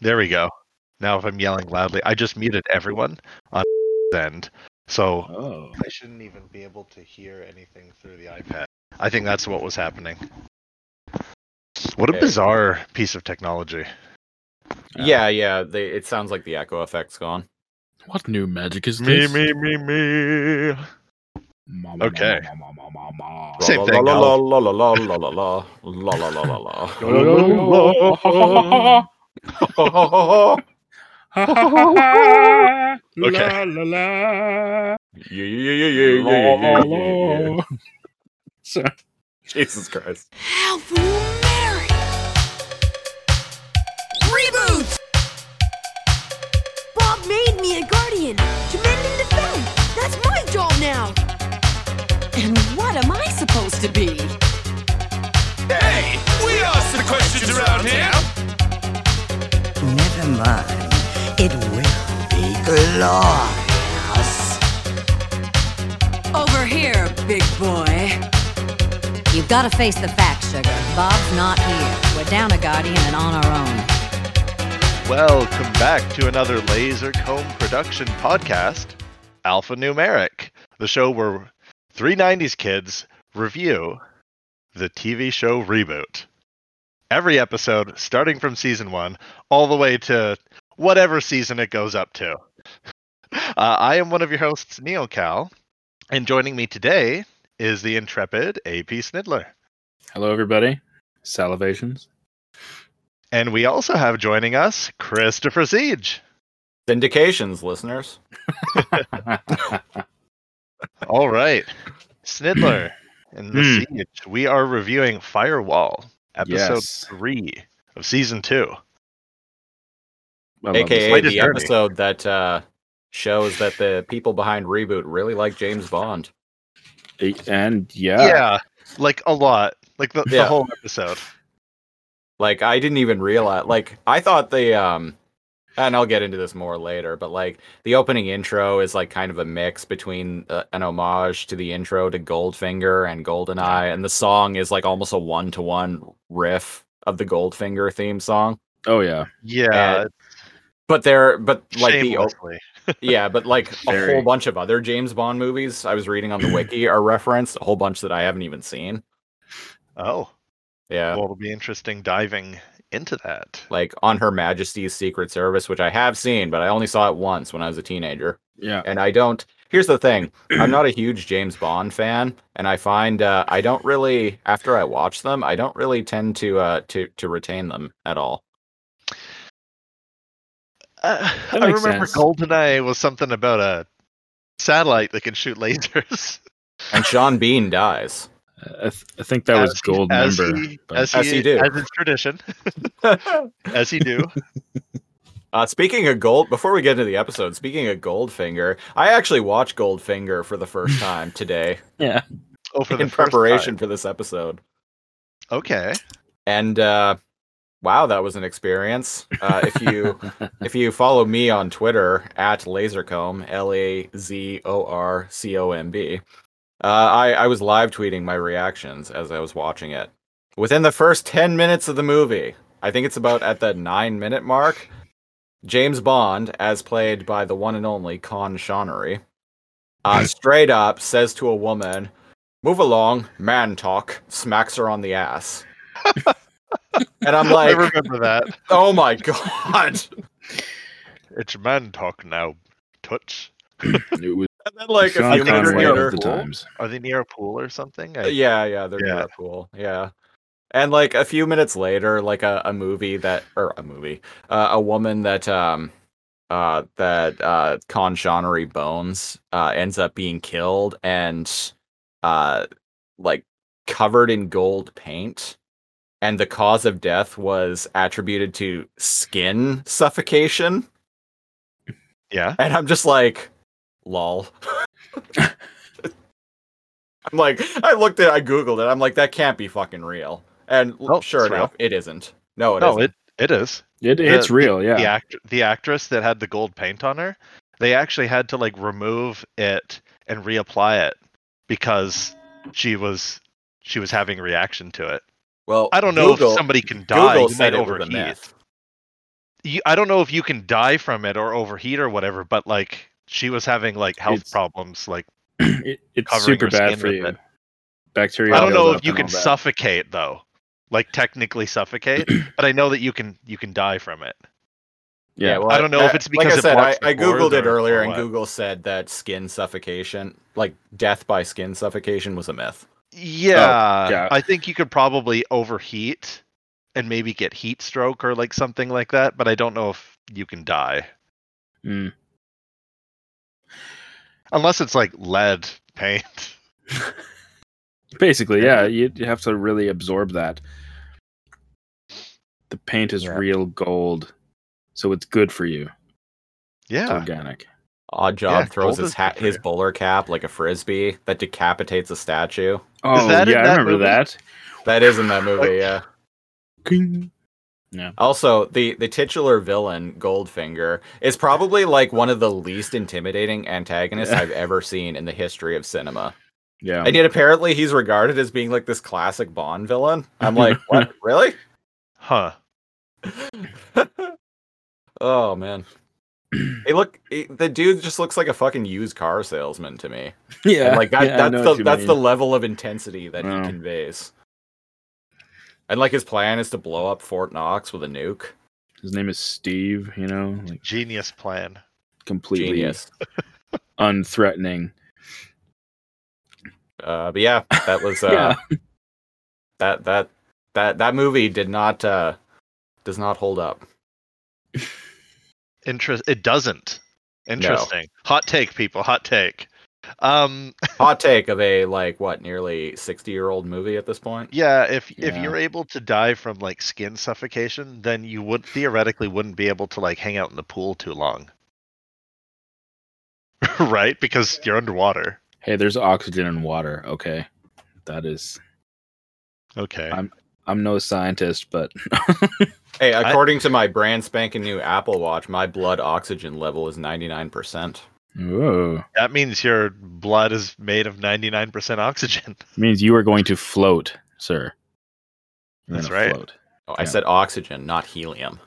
There we go. Now, if I'm yelling loudly, I just muted everyone on end, so Oh. I shouldn't even be able to hear anything through the iPad. I think that's what was happening. What a Okay. bizarre piece of technology. yeah, yeah. They, it sounds like the echo effect's gone. What new magic is Me, this? me, me, me. Ma, ma, Okay. ma, ma, ma, ma, ma, Same La, thing, La la Al. la la la la la la la la la la la. ma. La, Okay. la, la. Yeah, yeah, yeah, yeah, yeah, yeah, La, yeah, yeah, yeah. la, la. Sorry. Jesus Christ. Alphanumeric. Reboot! Bob made me a guardian to mend and defend. That's my job now. And what am I supposed to be? Hey, we ask the questions around here. Never mind. It will be glorious. Over here, big boy. You've got to face the facts, Sugar. Bob's not here. We're down a Guardian and on our own. Welcome back to another Laser Comb production podcast, Alphanumeric, the show where 390s kids review the TV show reboot. Every episode, starting from season one, all the way to whatever season it goes up to. Uh, I am one of your hosts, Neil Cal, and joining me today is the intrepid AP Snidler. Hello, everybody. Salivations. And we also have joining us Christopher Siege. Vindications, listeners. All right. Snidler and the Hmm. Siege. We are reviewing Firewall, episode Yes. three of season two. I love this. AKA Quite a the journey. episode that uh, shows that the people behind Reboot really like James Bond. Eight- And yeah. Like a lot. Like the, the Yeah. whole episode. Like I didn't even realize like I thought the um and I'll get into this more later, but like the opening intro is like kind of a mix between uh, an homage to the intro to Goldfinger and Goldeneye and the song is like almost a one-to-one riff of the Goldfinger theme song. Oh, yeah. Yeah. But there but like the o- shamelessly. yeah, but like a Very. whole bunch of other James Bond movies I was reading on the wiki are referenced, a whole bunch that I haven't even seen. oh, Yeah. well, it'll be interesting diving into that. Like on Her Majesty's Secret Service, which I have seen, but I only saw it once when I was a teenager. Yeah. And I don't here's the thing. I'm not a huge James Bond fan, and I find uh, I don't really after I watch them, I don't really tend to uh to to retain them at all. Uh, That I makes remember sense. Goldeneye was something about a satellite that can shoot lasers. And Sean Bean dies. I, th- I think that was As- gold as member. he- but- as, As he, he do. as is tradition, as he do. Uh, speaking of gold, before we get into the episode, speaking of Goldfinger, I actually watched Goldfinger for the first time today yeah. Oh, for the in first time. preparation for this episode, Okay. and uh, wow, that was an experience. Uh, if you if you follow me on Twitter at Lasercomb L A Z O R C O M B, uh, I I was live tweeting my reactions as I was watching it. Within the first ten minutes of the movie, I think it's about at the nine minute mark. James Bond, as played by the one and only Con Shonery, uh, straight up says to a woman, "Move along, man talk." Smacks her on the ass, and I'm I like, remember that. "Oh my god!" It's man talk now. Touch. It was And then like Sean a few minutes Connery Conway later, uh, of the times. Are they near a pool or something? I- yeah, yeah, they're Yeah. yeah. cool, yeah. And like a few minutes later, like a, a movie that or a movie, uh, a woman that um uh that uh Con Shonery bones uh ends up being killed and uh like covered in gold paint. And the cause of death was attributed to skin suffocation. Yeah. And I'm just like, lol. I'm like, I looked at, I googled it. I'm like, that can't be fucking real. And No, Oh, sure it's real. enough, it isn't. No, it no, not it, it is. It, it's real, yeah. The act the actress that had the gold paint on her, they actually had to like remove it and reapply it because she was she was having a reaction to it. well, I don't know Google- if somebody can die. Google you said might it was a overheat. myth. you, I don't know if you can die from it or overheat or whatever, but like she was having like health It's- problems. Like it, it's Covering super her bad skin for with you. it. Bacteria. I don't know buildup if you and can all that. suffocate though, like technically suffocate, but I know that you can you can die from it. Yeah, well, I don't know if it's because like I it said, I, blocks the I googled it pores or- or earlier, and what. Google said that skin suffocation, like death by skin suffocation, was a myth. Yeah, yeah. I think you could probably overheat and maybe get heat stroke or like something like that, but I don't know if you can die Hmm. Mm. unless it's like lead paint. Basically, yeah, you you have to really absorb that. The paint is Yeah. real gold, so it's good for you. It's Yeah, organic. Odd job Yeah, throws gold his is hat, good for his you. bowler cap like a frisbee that decapitates a statue. Oh that in yeah, I that remember movie? that. That is in that movie, Like- yeah. King. Also, the the titular villain Goldfinger is probably like one of the least intimidating antagonists I've ever seen in the history of cinema. Yeah, And yet, apparently, he's regarded as being like this classic Bond villain. I'm like, what? Really? huh? Oh man. He look he- the dude just looks like a fucking used car salesman to me. yeah, And like that, yeah, I know that's what the you that's the mean. level of intensity that Yeah. he conveys. And like his plan is to blow up Fort Knox with a nuke. His name is Steve. You know, like Genius plan. completely Genius. unthreatening. Uh, but yeah, that was uh, Yeah. that that that that movie did not uh, does not hold up. Interest. It doesn't. Interesting. Hot take, people. Hot take. Um. Hot take of a like what nearly sixty year old movie at this point. Yeah. If if Yeah. you're able to die from like skin suffocation, then you would theoretically wouldn't be able to like hang out in the pool too long. right? Because you're underwater. Hey, there's oxygen and water. Okay, that is. Okay. I'm no scientist, but Hey, according to my brand spanking new Apple Watch, my blood oxygen level is ninety nine percent. Whoa. that means your blood is made of 99% oxygen. means you are going to float, sir. You're That's gonna right. Float. Oh, I Yeah. said oxygen, not helium.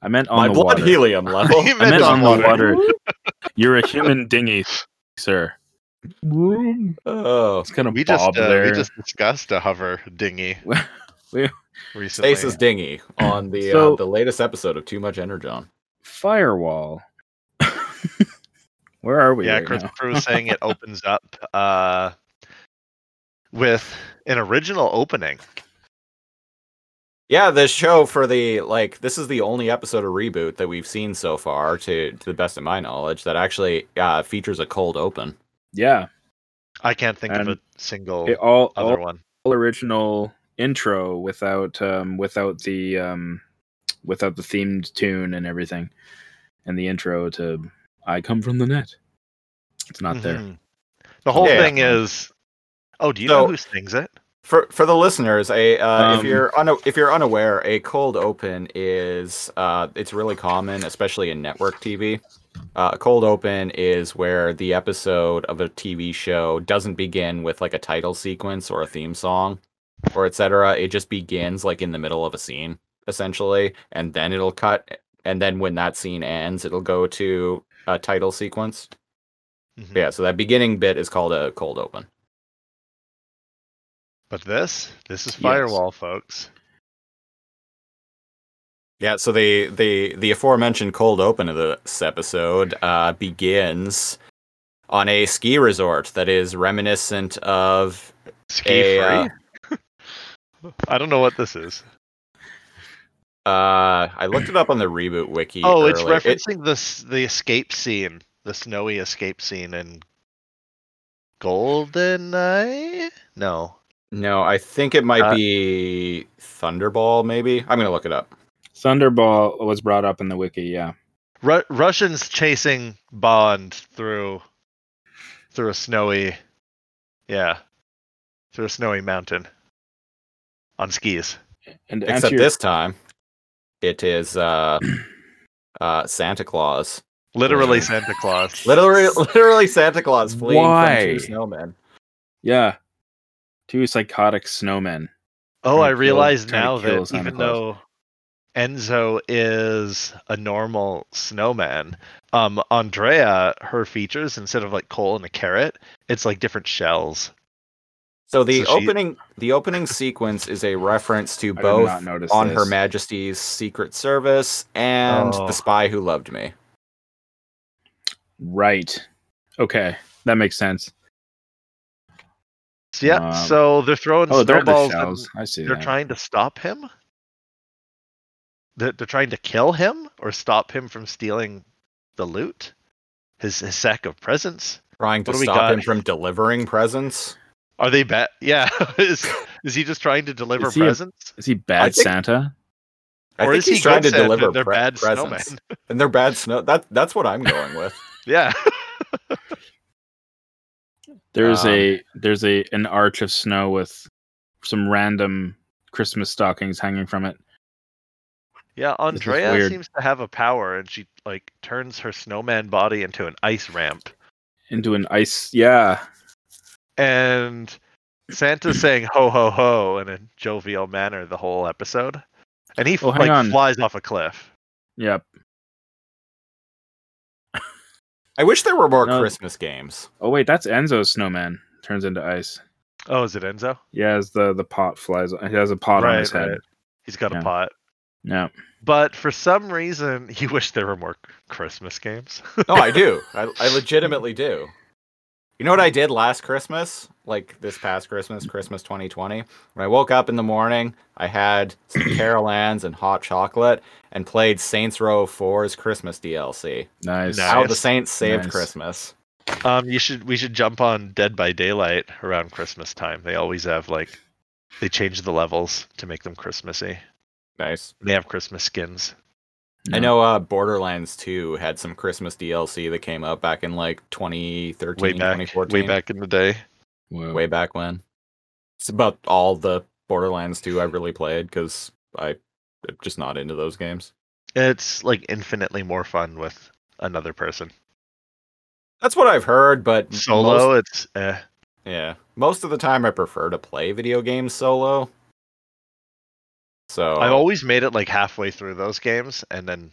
I meant on My the blood water. helium level. He I meant meant on on the water. You're a human dinghy, sir. oh, It's kind of We bob just uh, there. we just discussed a hover dinghy recently. Stasis dinghy on the So- uh, the latest episode of Too Much Energon. Firewall. Where are we? yeah, right Chris now? Prue was saying it opens up uh, with an original opening. Yeah, this show for the like this is the only episode of reboot that we've seen so far, to to the best of my knowledge, that actually uh, features a cold open. Yeah, I can't think of And a single it all, other all one. original intro without um without the um without the themed tune and everything, and the intro to "I Come from the Net." It's not there. Mhm. The whole Yeah. thing is. Oh, do you know So- who sings it? For for the listeners, a uh, if Um, you're un- if you're unaware, a cold open is uh, it's really common, especially in network TV. Uh, a cold open is where the episode of a TV show doesn't begin with like a title sequence or a theme song or etc. It just begins like in the middle of a scene essentially, and then it'll cut, and then when that scene ends, it'll go to a title sequence. Mhm. Yeah, so that beginning bit is called a cold open. But this, this is Yes. Firewall, folks. Yeah, so the the the aforementioned cold open of this episode uh, begins on a ski resort that is reminiscent of Ski free. uh, I don't know what this is. uh, I looked it up on the reboot wiki. Oh, it's earlier. It- referencing the s the escape scene, the snowy escape scene in GoldenEye. No, no, I think it might Uh, be Thunderball. Maybe I'm gonna look it up. Thunderball was brought up in the wiki. Yeah, Ru- Russians chasing Bond through through a snowy, yeah, through a snowy mountain on skis. and to Except answer your- this time, it is uh, uh, Santa Claus. Literally Yeah. Santa Claus. Literally, literally Santa Claus fleeing Why? from two snowmen. Yeah. Two psychotic snowmen. Oh, I trying to kill- Oh, realize trying to now kill that Santa even Claus. though Enzo is a normal snowman. Um, Andrea, her features instead of like coal and a carrot, it's like different shells. So the So she- opening the opening sequence is a reference to did both not notice on Her this. Majesty's Secret Service and Oh. The Spy Who Loved Me. Right. Okay, that makes sense. So, yeah, Um, so they're throwing Oh, they're the snowballs. and shells. I see. they're that. trying to stop him. They're, they're trying to kill him or stop him from stealing the loot, his, his sack of presents. Trying to What do we stop got? him from delivering presents. Are they bet? Yeah, is is he just trying to deliver Is he a- presents, Is he bad think- Santa? I or think is he's he trying good to Santa deliver and they're pre- bad presents. snowmen? And they're bad snow. That that's what I'm going with. Yeah, There's Um, a there's a an arch of snow with some random Christmas stockings hanging from it. yeah. is Andrea weird. seems to have a power, and she like turns her snowman body into an ice ramp. into an ice. Yeah, and Santa's saying "ho ho ho" in a jovial manner the whole episode, and he Oh, hang like on. flies off a cliff. yep. I wish there were more No. Christmas games. Oh wait, that's Enzo's snowman turns into ice. Oh, is it Enzo? Yeah, as the the pot flies, he has a pot on his head. He's got Yeah. a pot. Yeah, But for some reason, you wish there were more Christmas games. No, I do. I, I legitimately do. You know what I did last Christmas? Like this past Christmas, Christmas 2020. When I woke up in the morning, I had some Carol Ann's and hot chocolate and played Saints Row 4's Christmas DLC. nice. Nice. How the Saints saved Nice. Christmas. um, you should we should jump on Dead by Daylight around Christmas time. They always have like they change the levels to make them Christmassy. Nice. They have Christmas skins. I Yeah. know uh, Borderlands 2 had some Christmas DLC that came out back in like 2013, Way back, 2014. way back in the day. Whoa. way back when. It's about all the Borderlands 2 I really played because I'm just not into those games. It's like infinitely more fun with another person. That's what I've heard, but most- Solo, it's eh. yeah, most of the time I prefer to play video games solo. So I've Oh. always made it like halfway through those games and then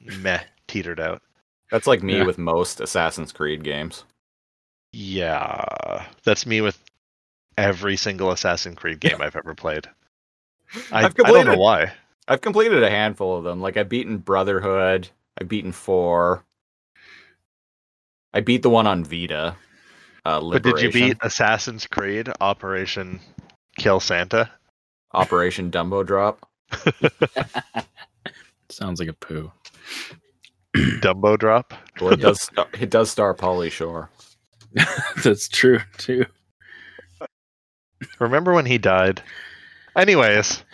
meh teetered out. that's like me Yeah. with most Assassin's Creed games. Yeah, that's me with every single Assassin's Creed game I've ever played. I, I I've don't know completed- why. I've completed a handful of them. Like I've beaten Brotherhood, I've beaten Four, I beat the one on Vita. Uh, But did you Liberation. beat Assassin's Creed Operation Kill Santa? Operation Dumbo Drop? Sounds like a poo. Dumbo Drop? Well, it does. Star, it does star Polly Shore. That's true too. Remember when he died? Anyways,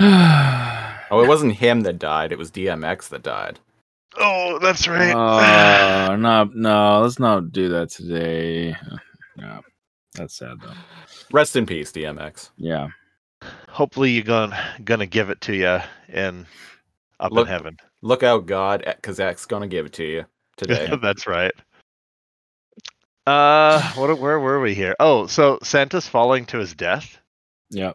oh, Oh, it wasn't him that died. It was DMX that died. oh, that's right. Oh, no, no, let's not do that today. No, that's sad though. Rest in peace, DMX. Yeah, Hopefully you're gonna gonna give it to you in up Look- in heaven. Look out, God, because X gonna give it to you today. That's right. Uh, what? Where were we here? Oh, so Santa's falling to his death. yeah.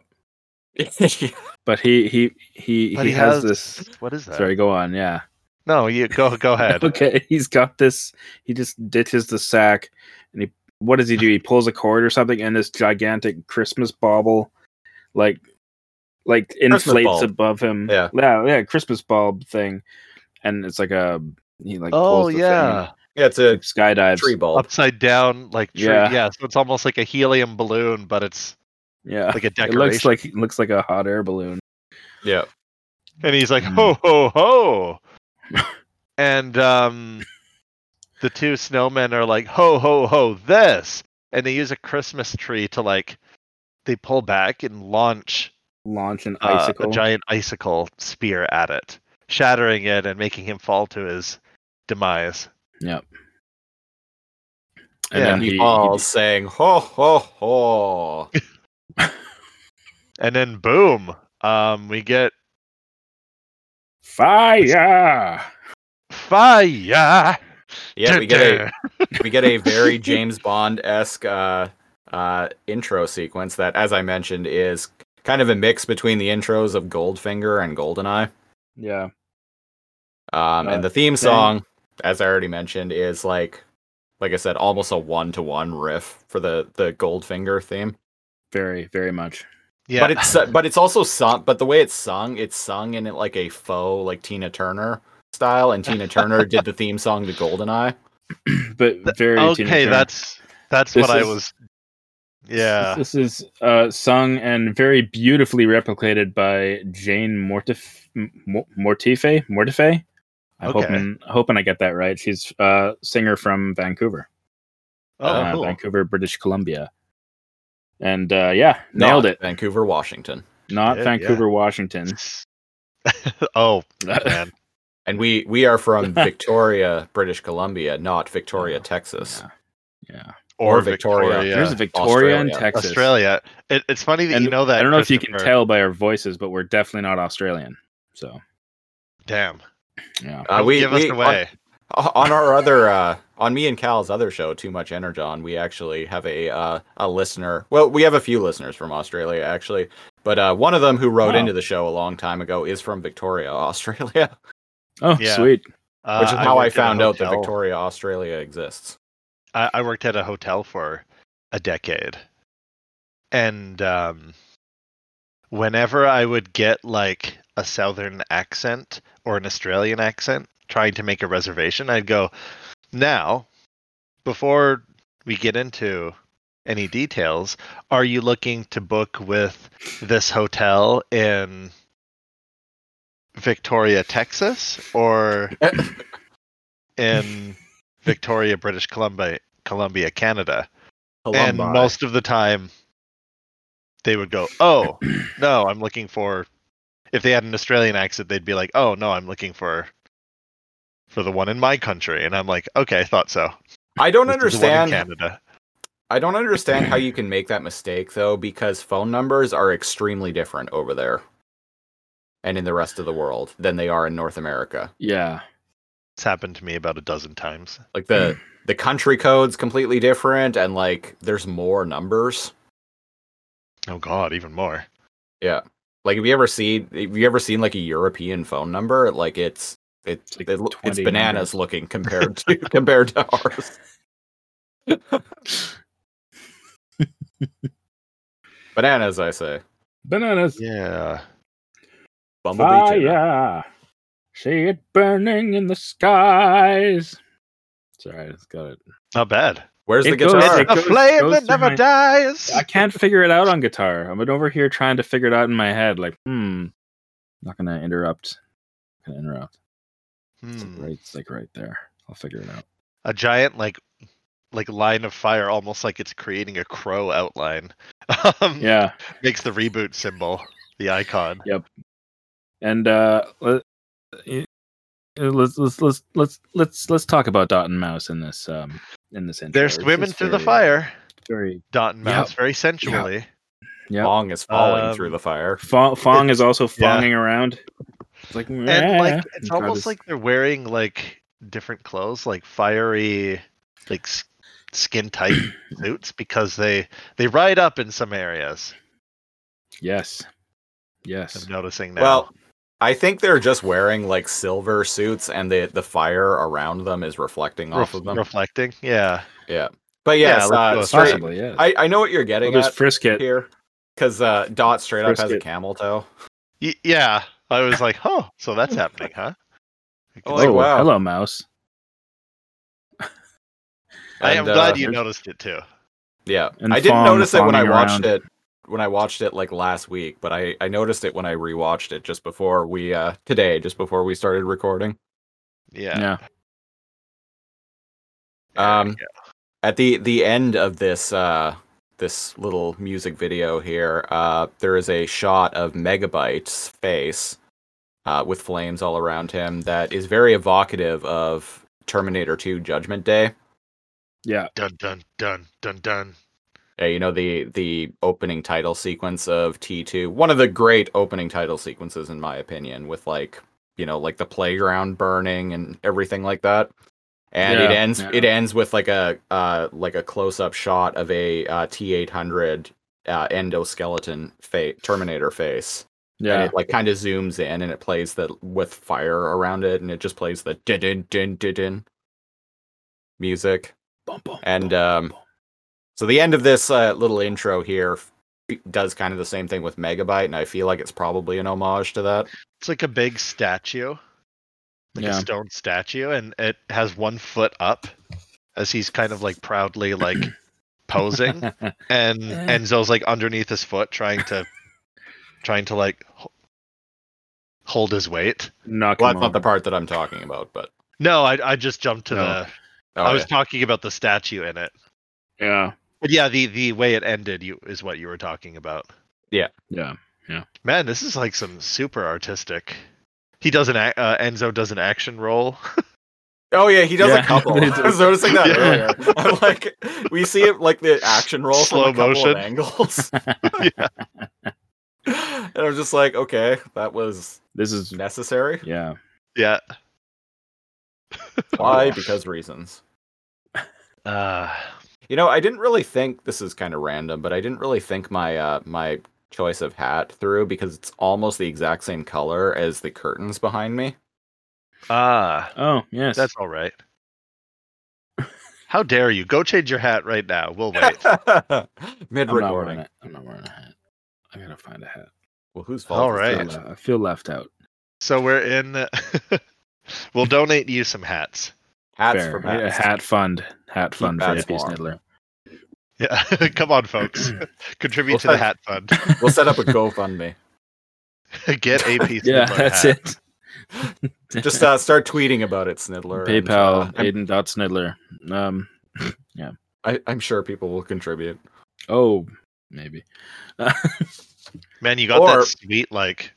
yeah. But he he he But he, he has, has- this. What is that? Sorry, go on. Yeah. No, you go. Go ahead. Okay, he's got this. He just ditches the sack, and he what does he do? He pulls a cord or something, and this gigantic Christmas bauble, like, like inflates bulb. above him. Yeah. yeah, yeah, Christmas bulb thing, and it's like a he like Oh pulls the yeah, it's thing, a like skydives. tree bulb. upside down, like tree. Yeah. Yeah. So it's almost like a helium balloon, but it's Yeah, like a it decoration. looks like it looks like a hot air balloon. Yeah. and he's Hmm. like, ho ho ho, and um, the two snowmen are like, ho ho ho, this, and they use a Christmas tree to like, they pull back and launch Launch an uh, icicle. a giant icicle spear at it, shattering it and making him fall to his demise. and yeah, then He, he, all saying ho ho ho. And then boom, um, we get fire. fire. Yeah, we get a we get a very James Bond esque uh, uh, intro sequence that, as I mentioned, is kind of a mix between the intros of Goldfinger and Goldeneye. Yeah. Um, Uh, and the theme okay. song, as I already mentioned, is like, like I said, almost a one to one riff for the the Goldfinger theme. Very, very much. Yeah, But it's uh, but it's also sung. But the way it's sung, it's sung in it like a faux like Tina Turner style, and Tina Turner did the theme song to Goldeneye. but very Tina okay. Turner. That's that's This what I is- was. Yeah, This is uh, sung and very beautifully replicated by Jane Mortif- Mo- Mortife. Mortife. I'm Okay. hoping, hoping I get that right. She's a singer from Vancouver, oh, uh, cool. Vancouver, British Columbia. And uh, yeah, Not nailed it. Vancouver, Washington. Not Yeah, Vancouver, Washington. oh man, And we we are from Victoria, British Columbia, not Victoria, Yeah. Texas. Yeah. or, Or Victoria, Victoria. There's a Victoria in Australia. Texas. uh, Australia. It, it's funny that And you know that. I don't know if you can Christopher. tell by our voices, but we're definitely not Australian. So, Damn, yeah. Uh, Don't we give us we- on- away. O- on our other uh on me and cal's other show too much energon we actually have a uh a listener well we have a few listeners from australia actually but uh one of them who wrote Wow. into the show a long time ago is from victoria australia Oh, Yeah. sweet. Uh, which is how i worked at a found out that hotel- victoria australia exists I, I worked at a hotel for a decade, and um, whenever I would get like a southern accent or an Australian accent trying to make a reservation, I'd go, "Now, before we get into any details, are you looking to book with this hotel in Victoria, Texas, or in Victoria, British Columbia, Columbia, Canada. And Columbi. most of the time, they would go, "Oh, no, I'm looking for." If they had an Australian accent, they'd be like, "Oh no, I'm looking for for the one in my country." And I'm like, "Okay, I thought so." i don't This is the one in understand Canada. i don't understand how you can make that mistake though because phone numbers are extremely different over there and in the rest of the world than they are in north america Yeah. It's happened to me about a dozen times. like Mm. the the country code's completely different and like there's more numbers Oh God, even more. yeah like have you ever seen have you ever seen like a european phone number like it's it, It's like it lo- it's 20 bananas looking compared to compared to ours bananas i say Bananas. Yeah. bumblebee Ah, Jr. Fire. See it burning in the skies. Sorry, it's got it. Not bad. where's the It goes- guitar it A goes- flame goes that through never my- dies. I can't figure it out on guitar. I'm over here trying to figure it out in my head. Like, hmm. Not gonna interrupt. Gonna interrupt. It's like Hmm. right, it's like right there. I'll figure it out. a giant like like line of fire almost like it's creating a crow outline um, Yeah. makes the reboot symbol the icon And uh, let, uh, let's let's let's let's let's let's talk about Dot and Mouse in this um in this intro. they're It's swimming just through the very- fire Very dot and Yep. mouse very sensually yeah. Bong is falling Um, through the fire Fong, Fong is also yeah. fonging around. It's like, and "Meh." like it's He's got almost his- like they're wearing like different clothes like fiery like s- skin tight suits because they they ride up in some areas yes, yes, i'm noticing now well i think they're just wearing like silver suits and the the fire around them is reflecting off Ref- of them reflecting yeah but Yeah, let's yes go uh, with straight, possibly yes. I, I know what you're well, getting there's at Frisket. here because uh, Dot straight up has a Brisket. camel toe. y- yeah i was like oh so that's happening huh Oh, Oh, like, wow. hello, mouse. i am And, uh, glad you there's- noticed it too Yeah, And I didn't Fong notice it when I fawning watched around. it when I watched it like last week, but I I noticed it when I rewatched it just before we uh today, just before we started recording. yeah Yeah. Um, At the the end of this uh this little music video here, uh there is a shot of Megabyte's face uh with flames all around him that is very evocative of Terminator 2 Judgment Day. yeah, Dun dun dun dun dun. Yeah, uh, you know the the opening title sequence of T2, one of the great opening title sequences in my opinion, with like you know like the playground burning and everything like that. And it Yeah, ends yeah. it ends with like a uh, like a close up shot of a uh, T800 uh, endoskeleton fa- Terminator face. And Yeah. it like kind of zooms in and it plays the with fire around it and it just plays the din din din din din music. Bum, bum, And bum, um, bum. so the end of this uh, little intro here f- does kind of the same thing with Megabyte, and I feel like it's probably an homage to that. It's like a big statue, like Yeah. a stone statue, and it has one foot up as he's kind of like proudly like posing, and Yeah. Enzo's like underneath his foot trying to trying to like h- hold his weight. knock Well, him that's not the over. part that I'm talking about, but No, I I just jumped to No. the. oh, I was yeah. talking about the statue in it, Yeah. but yeah, the the way it ended you is what you were talking about. Yeah. Man, this is like some super artistic. He does an ac- uh, Enzo does an action roll. oh yeah, he does Yeah. a couple. They I do. was noticing that Yeah. earlier. I'm like we see it like the action roll Slow from a couple motion. of angles. and I was just like, okay, that was This is necessary. yeah. yeah. Why? Because reasons. Uh, You know, I didn't really think this is kind of random, but I didn't really think my uh my choice of hat through because it's almost the exact same color as the curtains behind me. ah. Oh yes. That's all right. How dare you? Go change your hat right now. We'll wait. Mid I'm not wearing recording. it. I'm not wearing a hat. I gotta find a hat. Well, whose fault? All is I right. feel that? le- I feel left out. so we're in. we'll donate you some hats. Hats Fair. from Yeah, hats. Hat fund. Hat fund for hats Space warm. Niddler. Yeah, come on, folks. Contribute Well, to the I- hat fund. We'll set up a GoFundMe. Get a piece. Yeah, of my that's hat. it. Just uh, start tweeting about it, Snidler. and, PayPal uh, I'm, Aiden dot Snidler. Um. I, I'm sure people will contribute. Oh, maybe. Man, you got Or- that sweet like.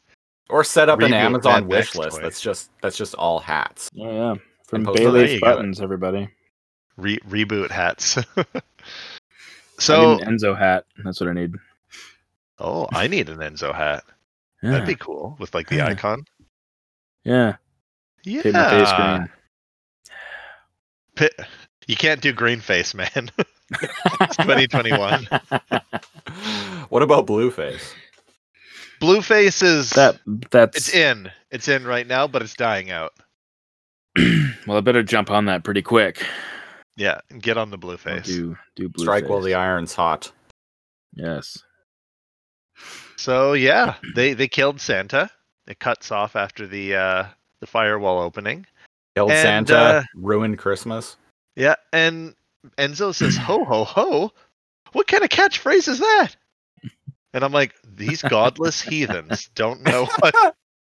Or set up an Review of Amazon Mad wish Max list. toy. That's just that's just all hats. Oh yeah. From And post it. There you Bailey's go. buttons, everybody. Re- reboot hats. So so, an Enzo hat. That's what I need. oh, I need an Enzo hat. Yeah. That'd be cool with like the Yeah. icon. yeah. Yeah. Paint my face green. Pi- you can't do green face, man. 2021. What about Blueface? Blue face is that that's It's in. It's in right now, but it's dying out. well. I better jump on that pretty quick. Yeah, get on the blue I'll face. Do do blue Strike face. while the iron's hot. Yes. So yeah, they they killed Santa. It cuts off after the uh the firewall opening. Killed And, Santa, uh, ruined Christmas. Yeah, and Enzo says ho ho ho. What kind of catchphrase is that? And I'm like, these godless heathens don't know what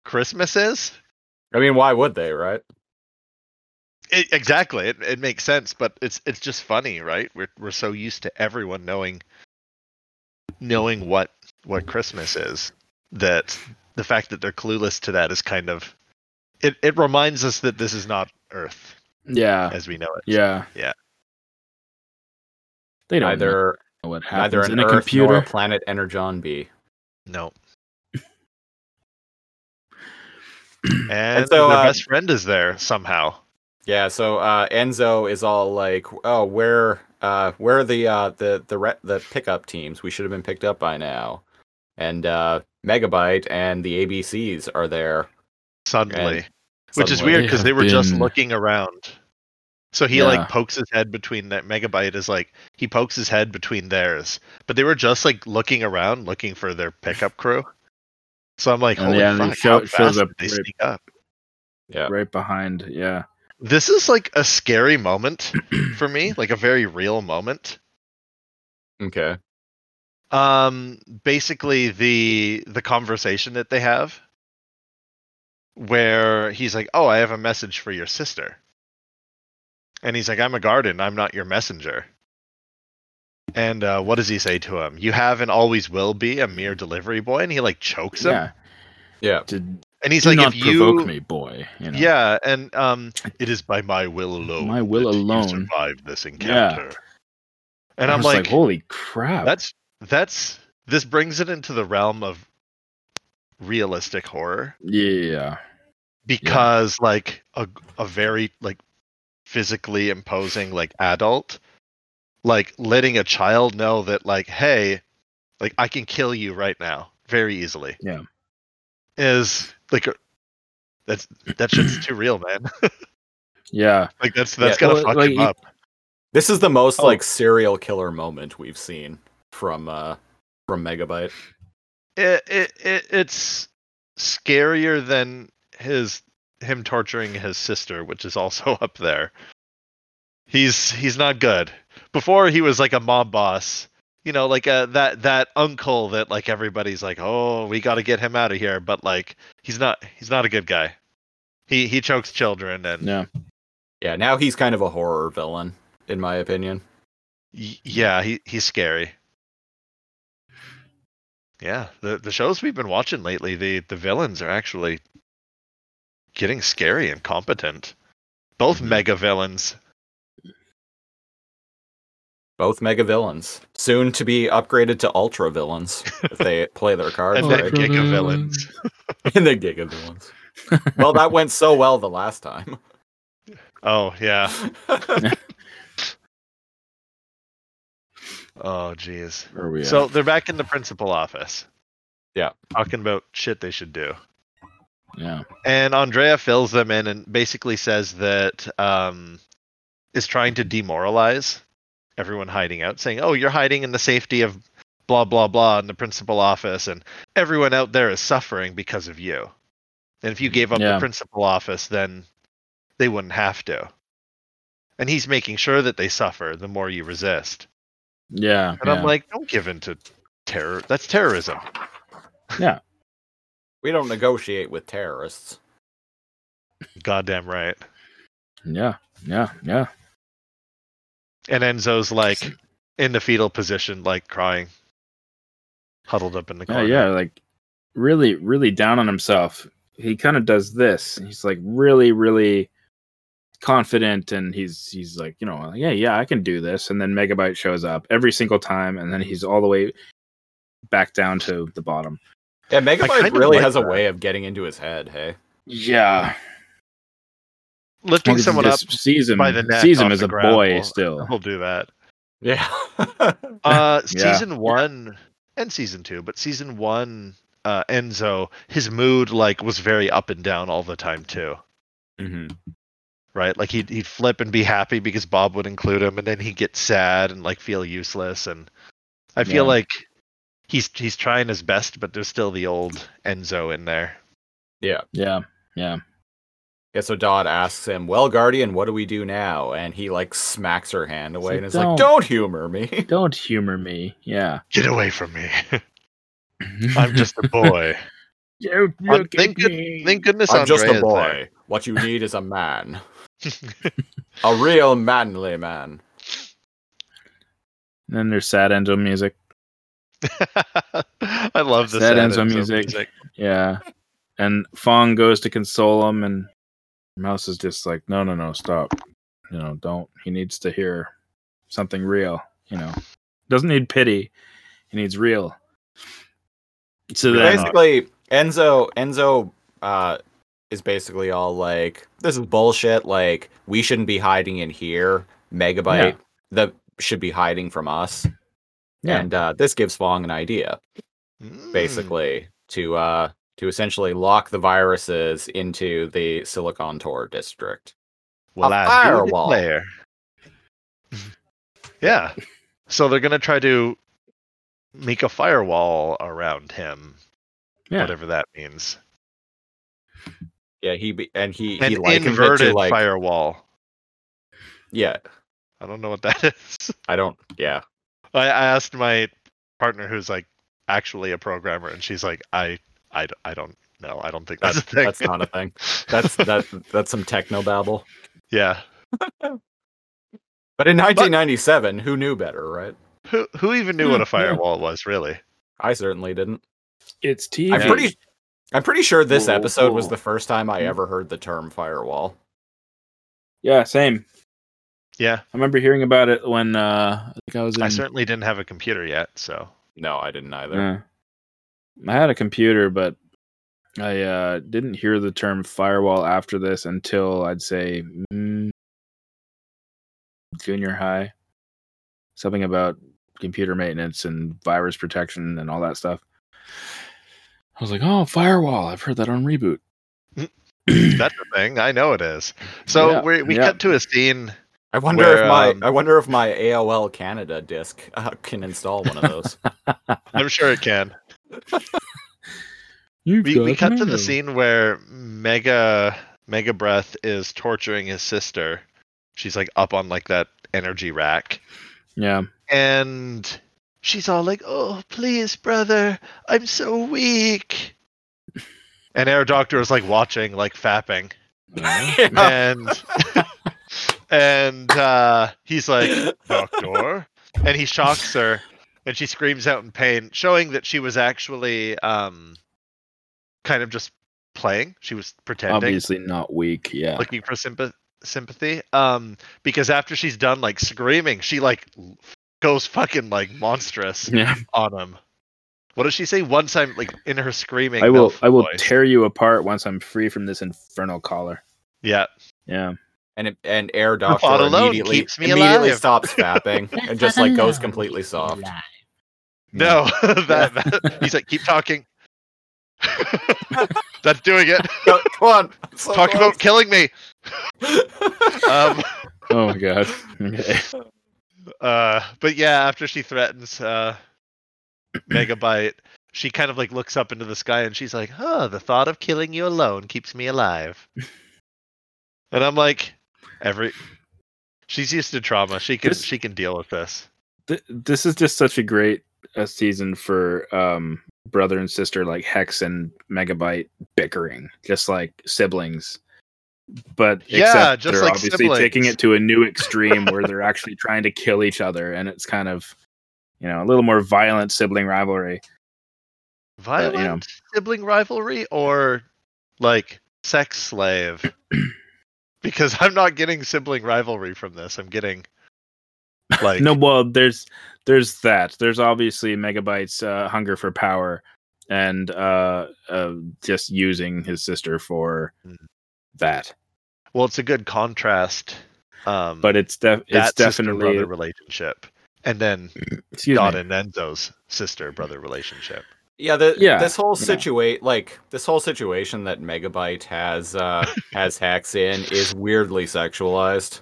Christmas is. I mean, why would they, right? It, exactly. It, it makes sense, but it's it's just funny, right? We're we're so used to everyone knowing knowing what what Christmas is that the fact that they're clueless to that is kind of it, it reminds us that this is not Earth Yeah. as we know it. Ah. Yeah. Yeah. They don't either, Neither know what happens neither an in a Earth nor a computer. planet energon be. No. and, so, their uh, best friend is there somehow. Yeah, so uh, Enzo is all like, "Oh, where, uh, where are the uh, the the re- the pickup teams? We should have been picked up by now." And uh, Megabyte and the ABCs are there, Suddenly. Which is suddenly. weird because They they have were just been- looking around. So he Yeah. like pokes his head between that megabyte is like he pokes his head between theirs, but they were just like looking around, looking for their pickup crew. So I'm like, And holy yeah, and it fuck, how show- shows fast up did they right- sneak up. Yeah. Right behind. Yeah. This is like a scary moment for me, like a very real moment. Okay. Um, basically the the conversation that they have, where he's like, "Oh, I have a message for your sister," and he's like, "I'm a garden. I'm not your messenger." And uh, what does he say to him? You have and always will be a mere delivery boy, and he like chokes him, Yeah. Yeah. To and he's do like, not "If you, provoke me, boy. You know? yeah," and um, it is by my will alone, My will that you alone. survived this Yeah. encounter. And I I'm was like, holy crap. that's that's this brings it into the realm of realistic horror yeah. because like a a very like physically imposing like adult like letting a child know that like hey Like I can kill you right now very easily. Yeah. Is like that's that shit's too real, man. Yeah. Like that's that's Yeah, gotta well, fuck like, him you- up. This is the most Oh. like serial killer moment we've seen from uh from Megabyte. It, it it it's scarier than his him torturing his sister, which is also up there. He's he's not good. Before he was like a mob boss, you know, like uh, that that uncle that like everybody's like, oh, we got to get him out of here. But like he's not he's not a good guy. He he chokes children and Yeah. Yeah, now he's kind of a horror villain, in my opinion. Y- yeah, he he's scary. Yeah, the the shows we've been watching lately, the the villains are actually getting scary and competent. Both mega villains. Both mega villains, soon to be upgraded to ultra villains if they play their cards And Oh, then right. Ultra Giga villains. villains. and the giga villains. Well, that went so well the last time. Oh yeah. Oh jeez. Where are we at? So they're back in the principal office. Yeah. Talking about shit they should do. yeah. And Andrea fills them in and basically says that um, is trying to demoralize everyone hiding out, saying, "Oh, you're hiding in the safety of blah blah blah in the principal office, and everyone out there is suffering because of you. And if you gave up Yeah. the principal office, then they wouldn't have to." And he's making sure that they suffer the more you resist. Yeah. And I'm yeah. like, "Don't give in to terror. That's terrorism." we don't negotiate with terrorists. Goddamn right. yeah, yeah, yeah. And Enzo's like in the fetal position, like crying, huddled up in the Yeah, corner. yeah, like really, really down on himself. He kind of does this. He's like really, really confident, and he's he's like, you know, yeah, yeah, I can do this. And then Megabyte shows up every single time, and then he's all the way back down to the bottom. Yeah, I Megabyte kinda really like has a that. way of getting into his head, hey. Yeah, Lifting someone up, Sees him. by the neck sees him off as the a gravel. boy still. he'll do that. Yeah. Uh, Yeah. Season one and season two, but season one, uh, Enzo, his mood like was very up and down all the time too. Mhm. Mm-hmm. Right, like he'd he'd flip and be happy because Bob would include him, and then he'd get sad and like feel useless. And I feel Yeah. like he's he's trying his best, but there's still the old Enzo in there. Yeah. Yeah, yeah, Yeah, so Dodd asks him, Well, Guardian, what do we do now? And he like smacks her hand away like, and is like, "Don't." Don't humor me. don't humor me. Yeah, Get away from me! I'm just a boy. Don't Uh, look thank, at good- me. thank goodness I'm just a Andrea's boy. there. What you need is a man. a real manly man. And then there's sad Enzo music. I love the That sad ends on Enzo music. Yeah. And Fong goes to console him, and Mouse is just like, no, no, no, stop. You know, don't. He needs to hear something real. You know, doesn't need pity. He needs real. So then, basically Enzo Enzo uh is basically all like this is bullshit like we shouldn't be hiding in here megabyte that should be hiding from us Yeah. and uh this gives Fong an idea Mm. basically to uh to essentially lock the viruses into the Silicon Tor district Well, a I do firewall. declare. yeah. So they're gonna try to make a firewall around him, Yeah. whatever that means. yeah he be- and he An he likened it to inverted like firewall. yeah I don't know what that is. I don't yeah I, I asked my partner, who's like actually a programmer, and she's like, I, I, d- I don't know. I don't think that's, that's a thing. that's not a thing that's that that's some techno babble yeah. But in 1997, who knew better, right? Who who even knew what Hmm, Yeah, a firewall was, really? I certainly didn't. it's TV. I'm pretty I'm pretty sure this episode was Whoa. the first time I ever heard the term firewall. yeah, same. Yeah, I remember hearing about it when uh, I think I was in. I certainly didn't have a computer yet, so No, I didn't either. Yeah. I had a computer, but I uh, didn't hear the term firewall after this until I'd say mm, junior high. Something about computer maintenance and virus protection and all that stuff. I was like, oh, firewall. I've heard that on reboot. That's a thing. I know it is. So Yeah, we we yeah. cut to a scene. I wonder Where, if my um, I wonder if my AOL Canada disc uh, can install one of those. I'm sure it can. You've We, we got cut to the mail. scene where Mega Mega Breath is torturing his sister. She's like up on like that energy rack. Yeah. and she's all like, "Oh, please, brother, I'm so weak." And Air Doctor is like watching, like fapping, Oh. and and uh, he's like, "Doctor," and he shocks her, and she screams out in pain, showing that she was actually um, kind of just playing. She was pretending Obviously not weak. Yeah. looking for sympath- sympathy um because after she's done like screaming she like l- goes fucking like monstrous yeah. on him what does she say one time like in her screaming I will. Melf I will voice? tear you apart once I'm free from this infernal collar. yeah Yeah. and it, and Air thought Doctor alone immediately keeps me immediately alive. stops fapping and just like goes completely soft. no that, that he's like keep talking that's doing it Go- Come on, I'm so talk about close. killing me um Oh my god. Okay. uh but yeah after she threatens uh megabyte she kind of like looks up into the sky and she's like huh the thought of killing you alone keeps me alive and i'm like every she's used to trauma she can This- she can deal with this Th- this is just such a great uh, season for um brother and sister like Hex and Megabyte bickering, just like siblings. But Yeah, except just they're like obviously siblings. taking it to a new extreme where they're actually trying to kill each other, and it's kind of you know a little more violent sibling rivalry. Uh, yeah. violent sibling rivalry or like sex slave because i'm not getting sibling rivalry from this i'm getting like no well there's there's that there's obviously megabytes uh, hunger for power and uh, uh just using his sister for Mm. that well it's a good contrast um but it's def- it's definitely brother relationship, and then excuse Don me. and Enzo's sister brother relationship. Yeah, the, Yeah, this whole yeah. situate like this whole situation that Megabyte has uh has hacks in is weirdly sexualized.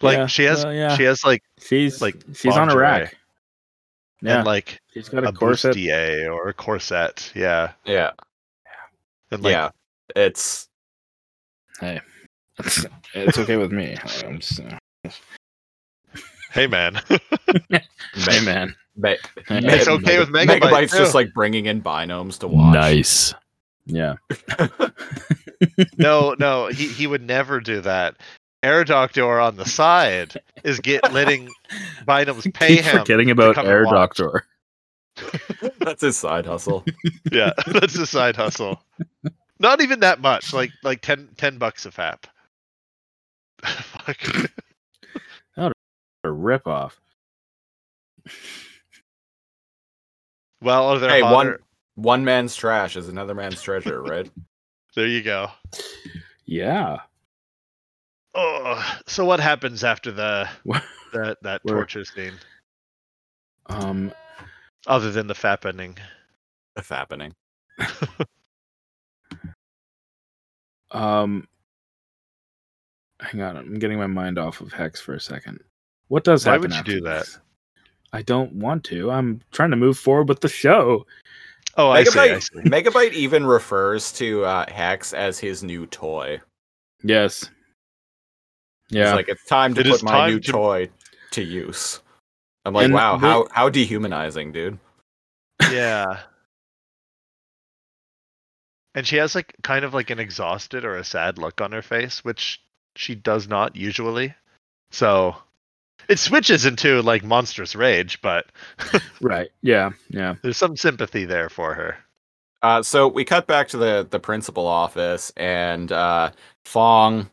Like Yeah, she has, well, yeah. she has like she's like like, she's on a rack lingerie. yeah and like she's got a, a, corset bustier or a corset, yeah, Yeah, and like yeah, it's it's okay with me I'm just, uh, hey man, hey man me- It's okay with Megabyte, Megabyte's just too. like bringing in binomes to watch. nice yeah no, no, he he would never do that. Air Doctor on the side is get letting Bynum's pay keep him. forgetting about come and air watch. doctor That's his side hustle. Yeah, that's a side hustle. Not even that much, like like 10, 10 bucks a fap. Fuck. a rip off Well, are there Hey, one- hotter- One man's trash is another man's treasure, right? There you go. yeah Oh, so what happens after the that that Where- torture scene? um Other than the fappening, That's happening. Um, hang on, I'm getting my mind off of Hex for a second. What does Why happen would you after do that? this? I don't want to. I'm trying to move forward with the show. oh, I see, I Megabyte, see. Megabyte even refers to uh, Hex as his new toy. Yes. It's Yeah. like it's time to It is put my time new to- toy to use. I'm like, And wow, the- how how dehumanizing, dude. Yeah. And she has like kind of like an exhausted or a sad look on her face, which she does not usually. So it switches into like monstrous rage, but right. Yeah. Yeah. there's some sympathy there for her. Uh, so we cut back to the the principal office, and uh, Fong,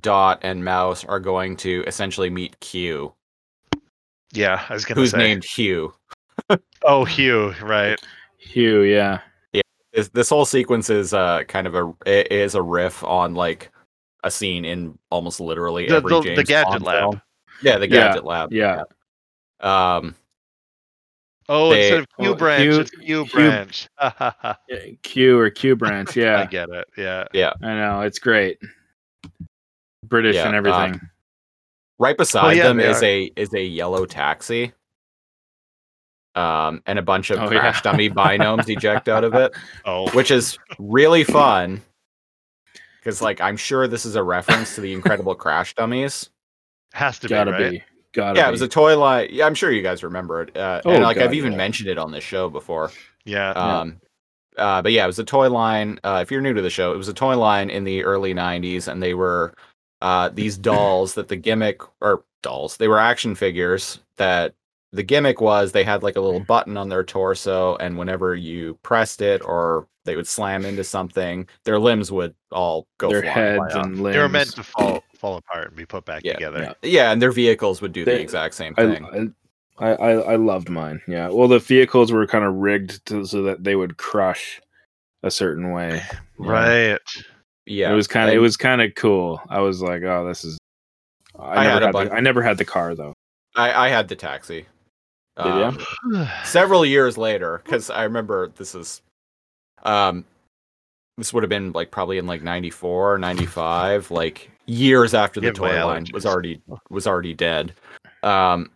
Dot, and Mouse are going to essentially meet Q, Yeah, I was gonna who's say. named Hugh. Oh, Hugh, right? Hugh. Yeah. This, this whole sequence is uh, kind of a i- is a riff on like a scene in almost literally The, every the, James the gadget Bond lab. film. Yeah, the Yeah, gadget lab. Yeah. Um, Oh, They- instead of Q Well, branch, Q- it's Q Q- branch. I Uh, Q or Q branch. Yeah, get it. Yeah. I know it's great. British Yeah, and uh, everything. Right beside Oh, yeah, them they is are. a is a yellow taxi. Um, and a bunch of Oh, yeah. crash dummy binomes eject out of it, Oh, which is really fun. Because like I'm sure this is a reference to the Incredible Crash Dummies. has to be gotta right. be. Gotta yeah, be. it was a toy line. Yeah, I'm sure you guys remember it. Uh, Oh, and like I've God, even yeah. mentioned it on this show before. Yeah. Yeah. Um, uh, but yeah, it was a toy line. Uh, if you're new to the show, it was a toy line in the early '90s, and they were uh, these dolls that the gimmick or dolls. They were action figures that the gimmick was they had like a little button on their torso, and whenever you pressed it or they would slam into something, their limbs would all go Their flying heads off. and limbs. they were meant to fall fall apart and be put back Yeah. together. Yeah. Yeah, and their vehicles would do the They- exact same I, thing. I, I, I- I loved mine. Yeah. Well, the vehicles were kind of rigged to, so that they would crush a certain way. you know? Right. yeah, It was kind of it and- was kind of cool. I was like, oh, this is. I, I never had a had, bunch- the, I never had the car though. I, I had the taxi. Did ya? Um, Oh, Several years later, because I remember this is, um, this would have been like probably in like 94, 95, like years after the Give my toy line was allergies. already was already dead. Um,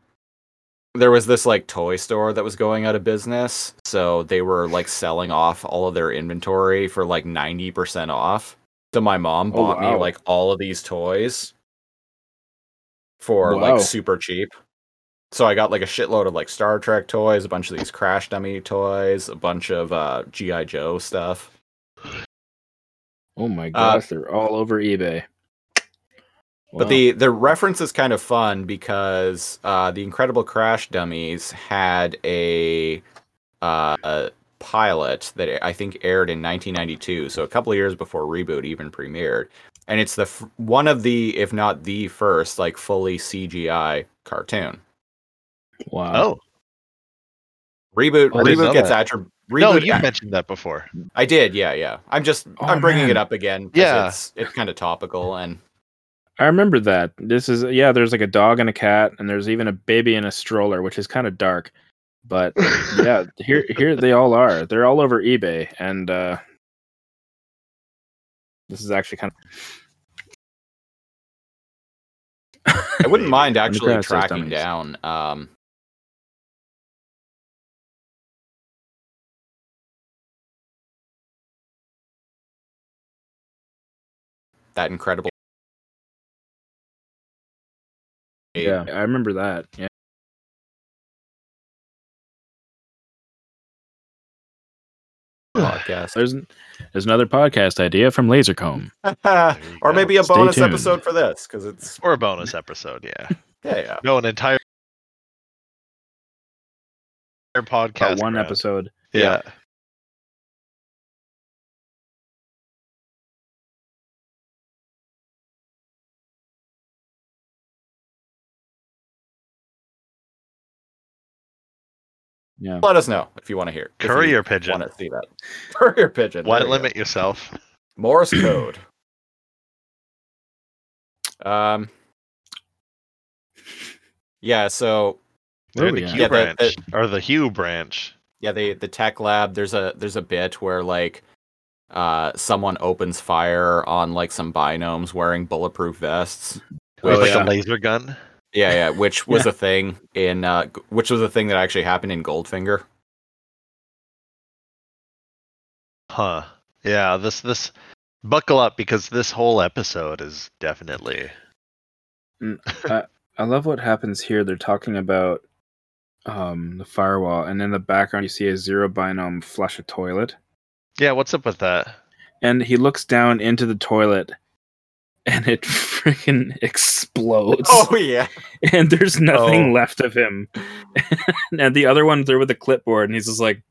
there was this like toy store that was going out of business, so they were like selling off all of their inventory for like ninety percent off. So my mom Oh, bought me wow. like all of these toys for Wow. like super cheap. So I got like a shitload of like Star Trek toys, a bunch of these Crash Dummy toys, a bunch of uh, GI Joe stuff. Oh my gosh, they're all over eBay. Wow. Uh, But the the reference is kind of fun because uh, the Incredible Crash Dummies had a, uh, a pilot that I think aired in 1992, so a couple of years before reboot even premiered, and it's the f- one of the if not the first like fully CGI cartoon. wow. Oh Reboot I didn't know reboot gets that. attrib- reboot no, you a- mentioned that before. I did, yeah, yeah. I'm just Oh, I'm bringing man. it up again. 'cause Yeah. it's it's kind of topical and I remember that. This is yeah. There's like a dog and a cat, and there's even a baby in a stroller, which is kind of dark. But yeah, here here they all are. They're all over eBay, and uh, this is actually kind of I wouldn't mind actually Democrats, those dummies. tracking down. Um, that incredible. yeah. I remember that. Yeah. podcast, There's an- there's another podcast idea from Lasercomb. There you or go. maybe a Stay bonus tuned. episode for this because it's or a bonus episode, yeah. yeah, yeah. No, an entire entire podcast. About one round. episode. Yeah. Yeah. Let us know if you want to hear. if you Courier pigeon. Want to see that? Courier pigeon. Why there you go. limit yourself? Morse code. um. Yeah. So They're Where the we at? Q Yeah, that- branch or the Hue branch. yeah, they the tech lab. There's a there's a bit where like, uh, someone opens fire on like some binomes wearing bulletproof vests. Oh, With like a yeah. laser gun. Yeah, yeah. Which was a thing in uh, g- which was a thing that actually happened in Goldfinger. Huh. Yeah, this this buckle up because this whole episode is definitely I love what happens here. They're talking about um the firewall, and in the background you see a zero binome flush a toilet, Yeah, what's up with that? and he looks down into the toilet, and it freaking explodes, Oh, yeah. and there's nothing Oh. left of him. and the other one's there with a clipboard, and he's just like,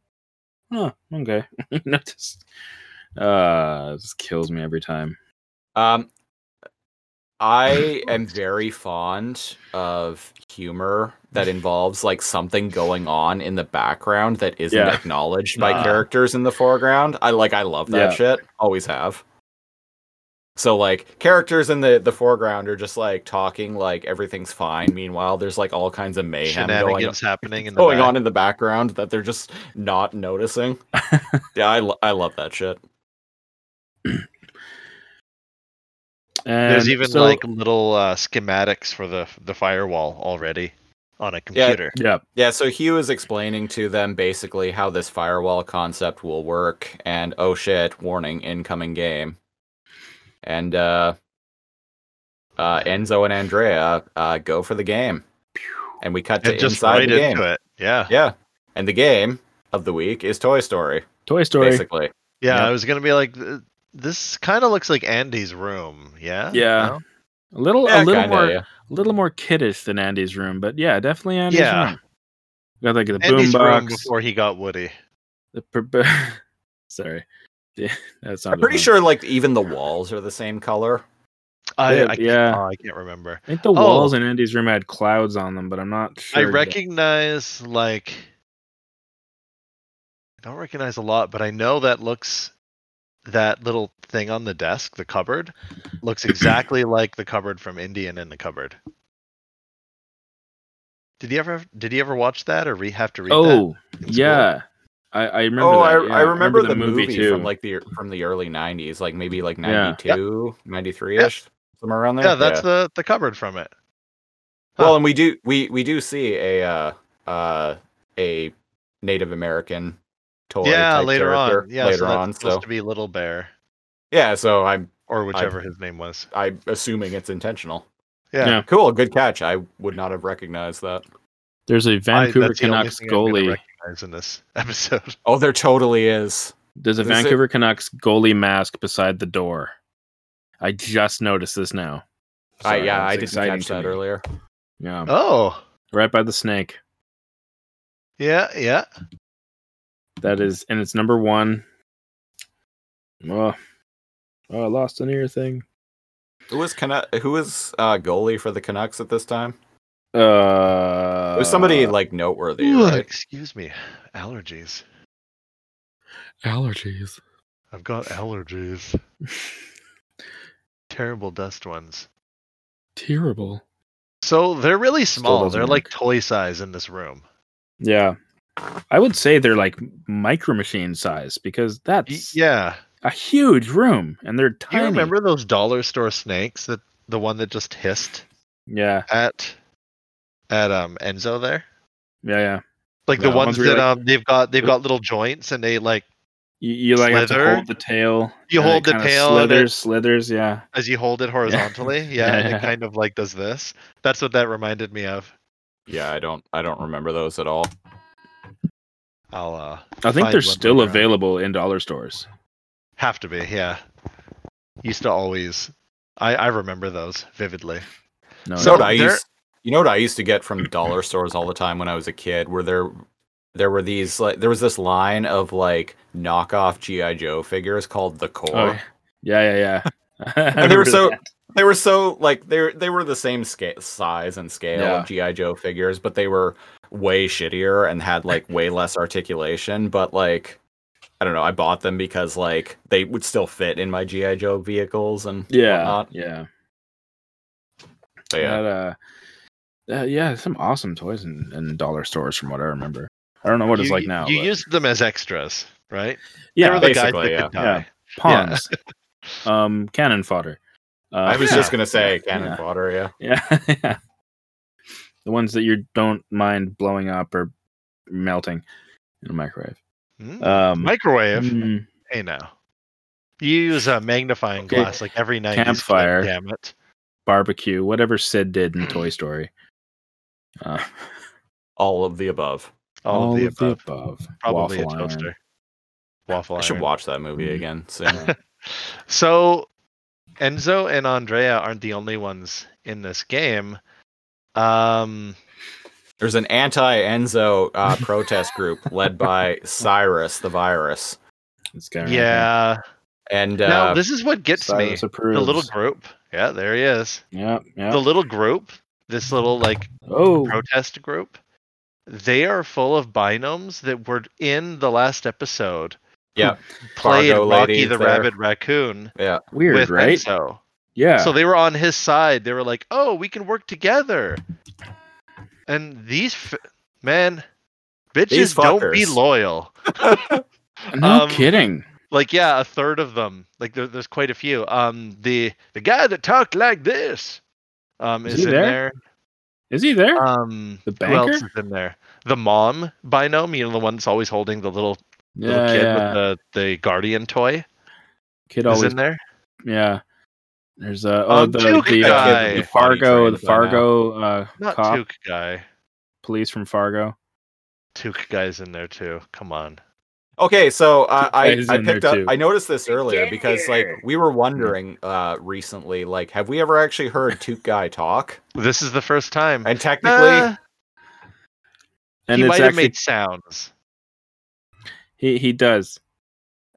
"Oh, okay." You know, just, uh, it just kills me every time. Um, I am very fond of humor that involves like something going on in the background that isn't Yeah. acknowledged by Nah. characters in the foreground. I like I love that Yeah. shit. Always have. So like characters in the the foreground are just like talking like everything's fine. Meanwhile, there's like all kinds of mayhem going, Shenanigans happening in the going back. on in the background that they're just not noticing. yeah, I lo- I love that shit. And There's even so- like little uh, schematics for the the firewall already on a computer. yeah, Yeah, so Hugh is explaining to them basically how this firewall concept will work, and oh shit, warning, incoming game. And uh, uh, Enzo and Andrea uh, go for the game, and we cut to And just inside right the game. into it. Yeah. yeah. Yeah, and the game of the week is Toy Story, Toy Story. basically. I was gonna be like, "Th- this kind of looks like Andy's room. Yeah. Yeah. No? A little, Yeah, a little kinda, more, yeah. a little more kiddish than Andy's room, but yeah, definitely Andy's Yeah. room. Got like the Andy's room boombox. before he got Woody. The per- Sorry, yeah, that's not. I'm pretty sure like even the walls are the same color. I, Yeah, I can't- yeah. oh, I can't remember. I think the walls in Andy's room had clouds on them, but I'm not sure. I recognize like I don't recognize a lot, but I know that looks that little thing on the desk, the cupboard, looks exactly like the cupboard from Indian in the cupboard. Did you ever did you ever watch that or re- have to read that? Oh, in school? yeah. I, I remember. that, oh, I, yeah. I remember the, movie, too. from like the from the early '90s, like maybe like Yeah. '92, '93 ish, somewhere around there. Yeah, that's the the cupboard from it. Huh. Well, and we do we we do see a uh uh a Native American toy. yeah, type later on. Oh, character Yeah, later so that's on. supposed So to be Little Bear yeah, so I'm or whichever his name was. I'm assuming it's intentional. Yeah. Yeah. Cool, good catch. I would not have recognized that. There's a I- Vancouver that's the only Canucks thing I'm gonna goalie. recognize in this episode. Oh, there totally is. There's a Is it- Vancouver Canucks goalie mask beside the door. I just noticed this now. I, Sorry, yeah, it's I didn't exciting catch to that me. earlier. Yeah, Oh. right by the snake. Yeah, yeah. That is, and it's number one. Oh, oh I lost an ear thing. Who was Canu- who was uh, goalie for the Canucks at this time? Uh, It was somebody like noteworthy, Ugh, right? Excuse me, allergies. allergies. I've got allergies. Terrible dust ones. Terrible. So they're really Still small. doesn't They're like toy size in this room. Yeah. I would say they're like micro machine size because Y- that's Yeah. a huge room and they're Do you tiny. remember those dollar store snakes that the one that just hissed Yeah, at at um Enzo there? yeah, yeah. Like No, the ones ones where that you're um they've got they've got little joints and they like You, you like have to Slither? hold the tail. You and it hold the kinda tail and it- Slithers, slithers. Yeah, as you hold it horizontally, yeah, and Yeah. it kind of like does this. That's what that reminded me of. Yeah, I don't I don't remember those at all. I'll uh I think find they're one still later on. available in dollar stores. Have to be, yeah. Used to always. I, I remember those vividly. No, So you know what I there- used, you know what I used to get from dollar stores all the time when I was a kid, where there there were these like there was this line of like knockoff GI Joe figures called the Core. Oh, yeah, yeah, yeah. I they were remember so- that. They were so like they they were the same scale, size and scale of GI Joe figures, but they were way shittier and had like way less articulation. But like I don't know, I bought them because like they would still fit in my GI Joe vehicles and Yeah, whatnot. yeah, Oh, So, yeah. That, uh, uh, yeah. Some awesome toys in, in dollar stores, from what I remember. I don't know what it's You- like now. You but- used them as extras, right? They yeah, were the guys basically, that could die. pawns, um, cannon fodder. Uh, I was yeah. just gonna say cannon Yeah. fodder, yeah. Yeah, yeah. The ones that you don't mind blowing up or melting in a microwave. Mm. Um, Microwave. mm, Hey now. You use a magnifying Okay. glass like every night. Campfire. Damn it. barbecue, whatever Sid did in Toy Story. Uh, All of the above. All, of the above. above. Probably Waffle a iron. toaster. Waffle I should iron. watch that movie Mhm. again soon. So Enzo and Andrea aren't the only ones in this game. Um There's an anti-Enzo uh, protest group led by Cyrus the Virus, This guy right yeah. and uh, Now this is what here. gets me. Cyrus approves. The little group. Yeah, there he is. Yeah, yeah. The little group, this little like oh, protest group, they are full of binomes that were in the last episode Yeah. played Fargo Rocky lady the there. Rabbit Raccoon Weird, with right? Enzo. Yeah. So they were on his side. They were like, "Oh, we can work together." And these f- man, bitches These don't be fuckers. loyal. no um, kidding. Like, yeah, a third of them. Like, there, there's quite a few. Um, the the guy that talked like this, um, Is is, he in there? there. Is he there? Um, The who else banker? is in there? The mom binome, you know, the one that's always holding the little little yeah, kid yeah. with the the guardian toy kid is always in there. Yeah. There's uh oh Um, the Duke the, guy. uh, the Fargo the Trained by now. Fargo uh Not cop Took guy. police from Fargo. Took guy's in there too. Come on. Okay, so uh, I Guys I in there picked up. too. I noticed this earlier because like we were wondering uh recently, like have we ever actually heard Toot Guy talk? This is the first time. And technically, Uh, And he it's might have actually made sounds. he he does.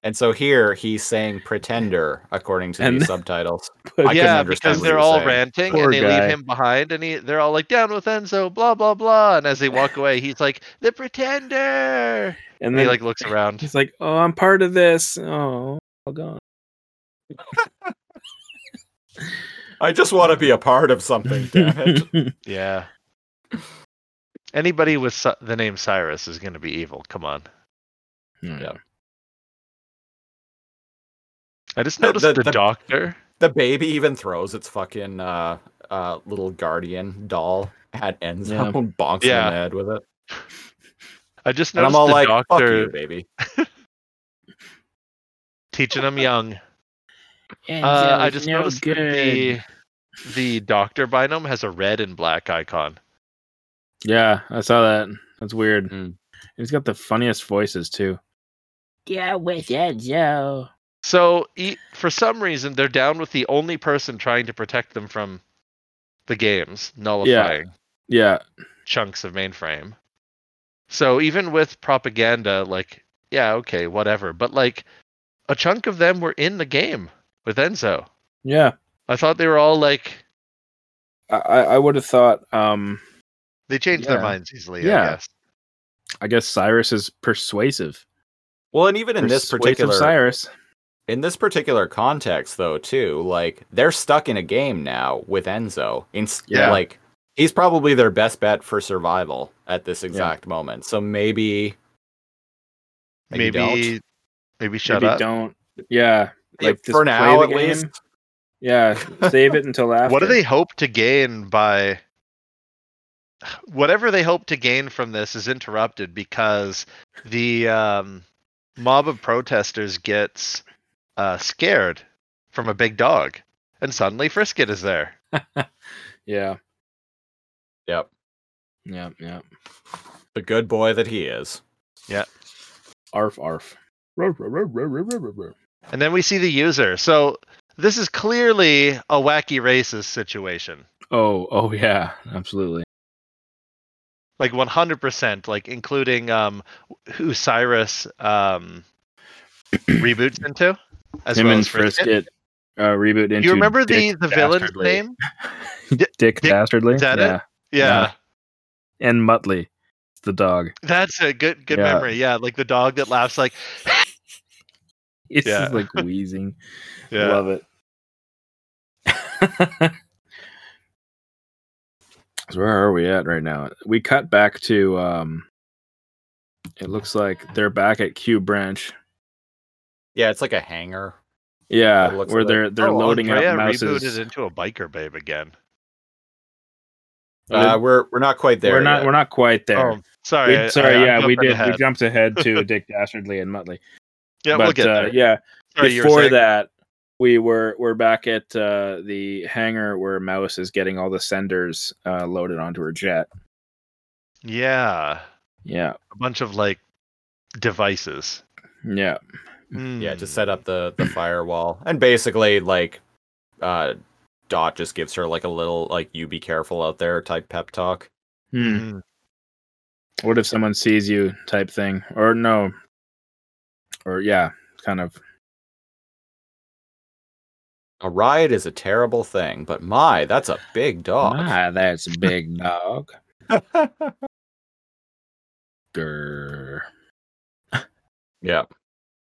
and so here he's saying "pretender" according to And- the subtitles. But I couldn't yeah, understand because what they're he was all saying. ranting Poor and they guy. leave him behind, and he, they're all like, "Down with Enzo!" Blah blah blah. And as they walk away, he's like, "The pretender," and and then he like looks around. he's like, "Oh, I'm part of this." Oh, all gone. I just want to be a part of something. damn it. Yeah. Anybody with Cy- the name Cyrus is going to be evil. Come on. Yeah. I just The- noticed the- the, the- doctor. The baby even throws its fucking uh, uh, little guardian doll at Enzo Yeah. and bonks him Yeah. in the head with it. I just And noticed I'm all the like, "Fuck doctor you, baby." teaching him young. Uh, I just noticed that the the doctor binome has a red and black icon. Yeah, I saw that. That's Hmm. weird. Mm. He's got the funniest voices too. Yeah, with it, yo. So e- for some reason, they're down with the only person trying to protect them from the games nullifying Yeah. chunks of mainframe. So even with propaganda, like yeah, okay, whatever, but like a chunk of them were in the game with Enzo. Yeah. I thought they were all like I I, I would have thought um they change Yeah. their minds easily. Yeah. I guess. I guess Cyrus is persuasive. Well, and even in this Persuasive particular Cyrus. in this particular context, though, too, like they're stuck in a game now with Enzo. In- Yeah. like he's probably their best bet for survival at this exact moment. So maybe, Maybe maybe, maybe, shut Maybe up. don't. Yeah. like Like just for play now the at game. least. Yeah, save it until after. What do they hope to gain by whatever they hope to gain from this is interrupted because the um, mob of protesters gets uh, scared from a big dog, and suddenly Frisket is there. Yeah, Yep, yeah, yeah. the good boy that he is. Arf, arf. And then we see the user. So this is clearly a wacky racist situation. Oh, oh yeah, absolutely. Like 100%, like including um, who Cyrus um, reboots into. As Him well and as Frisket. Frisket uh, reboot into. Do you remember the, Dick the villain's Dastardly. name? Dick, Dick- Dastardly. is that it? yeah. Yeah, Yeah. And Muttley, the dog. that's a good good Yeah. memory. Yeah, like the dog that laughs like It's Yeah. just like wheezing. yeah. Love it. so where are we at right now? We cut back to um it looks like they're back at Q branch. Yeah, it's like a hanger. Yeah, It looks where like- they're they're Oh, loading Andrea up rebooted mouses. into a biker babe again. Uh, we're we're not quite there. we're not yet. we're not quite there. Oh, sorry. We- I- sorry, I- I'm yeah, jumping we did. We ahead. jumped ahead to Dick Dastardly and Muttley. yeah, but, we'll get uh, there. yeah, Sorry, you were before saying- that, we were we're back at uh, the hangar where Mouse is getting all the senders uh, loaded onto her jet. Yeah, Yeah, a bunch of like devices. yeah, Yeah, to Mm. set up the the firewall, and basically like, uh, Dot just gives her like a little like "you be careful out there" type pep talk. Hmm. Mm. What if someone sees you? Type thing, or no, or yeah, kind of. A riot is a terrible thing, but my, that's a big dog. Ah, that's a big dog. Grr. Yeah.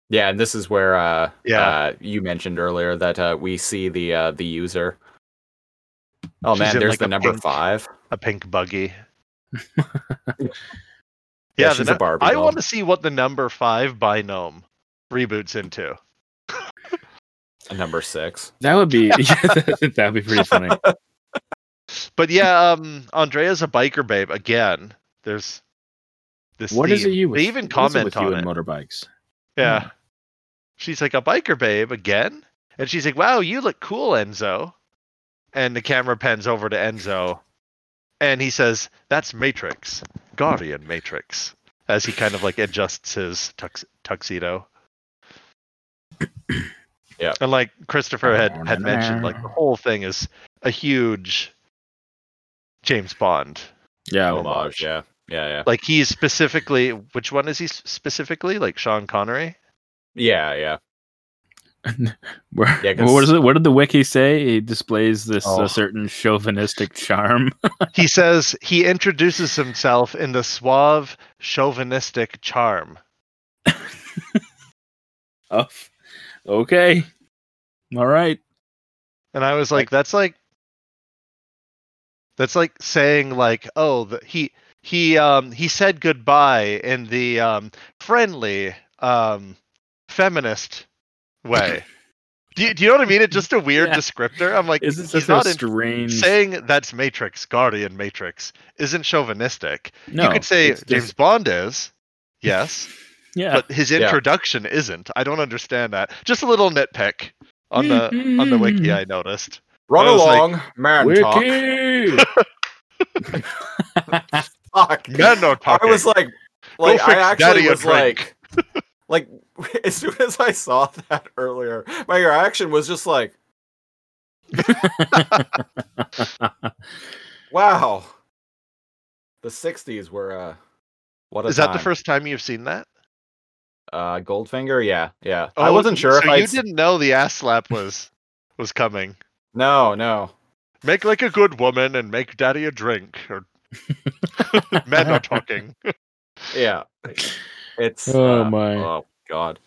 Yeah, and this is where uh, Yeah. uh, you mentioned earlier that uh, we see the uh, the user. Oh She's man, in, there's like, the a number pink- five. a pink buggy. yeah, Yeah, the she's a nu- Barbie I doll. want to see what the number five binome reboots into. a number six. That would be that would be pretty funny. But yeah, um, Andrea's a biker babe again. There's this. What is it theme. you? With, They even what is it comment with on you it. and motorbikes? Yeah. She's like, a biker babe again? And she's like, wow, you look cool, Enzo. And the camera pans over to Enzo. And he says, that's Matrix, Guardian Matrix, as he kind of like adjusts his tux- tuxedo. Yeah. And like Christopher had, had mentioned, like the whole thing is a huge James Bond. Yeah, Homage. Yeah, yeah, yeah, Like he's specifically, which one is he s- specifically? Like Sean Connery? yeah, yeah. Where, Yeah, 'cause- what, is it, what did the wiki say? He displays this Oh. uh, certain chauvinistic charm. he says he introduces himself in the suave chauvinistic charm of, okay, all right. and i was like that's like that's like saying like oh the, he he um he said goodbye in the um friendly um feminist way do, you, do you know what i mean it's just a weird Yeah. descriptor i'm like Isn't he's this a not in- strange? saying that's matrix guardian matrix isn't chauvinistic no, you could say it's just- james bond is yes Yeah, but his introduction isn't. I don't understand that. Just a little nitpick on the on the wiki I noticed. Run I was like, along, man. Talk. wiki. Fuck. Men are I talking. was like, like I fix Daddy actually a was drink. like, like as soon as I saw that earlier, my reaction was just like, wow, the '60s were uh, what a is that the time. first time you've seen that? Oh, uh Goldfinger? Yeah, yeah. I wasn't sure So if I you didn't know the ass slap was was coming. No, no. Make like a good woman and make daddy a drink. Or men are talking. Yeah, it's Oh, uh, my. oh god.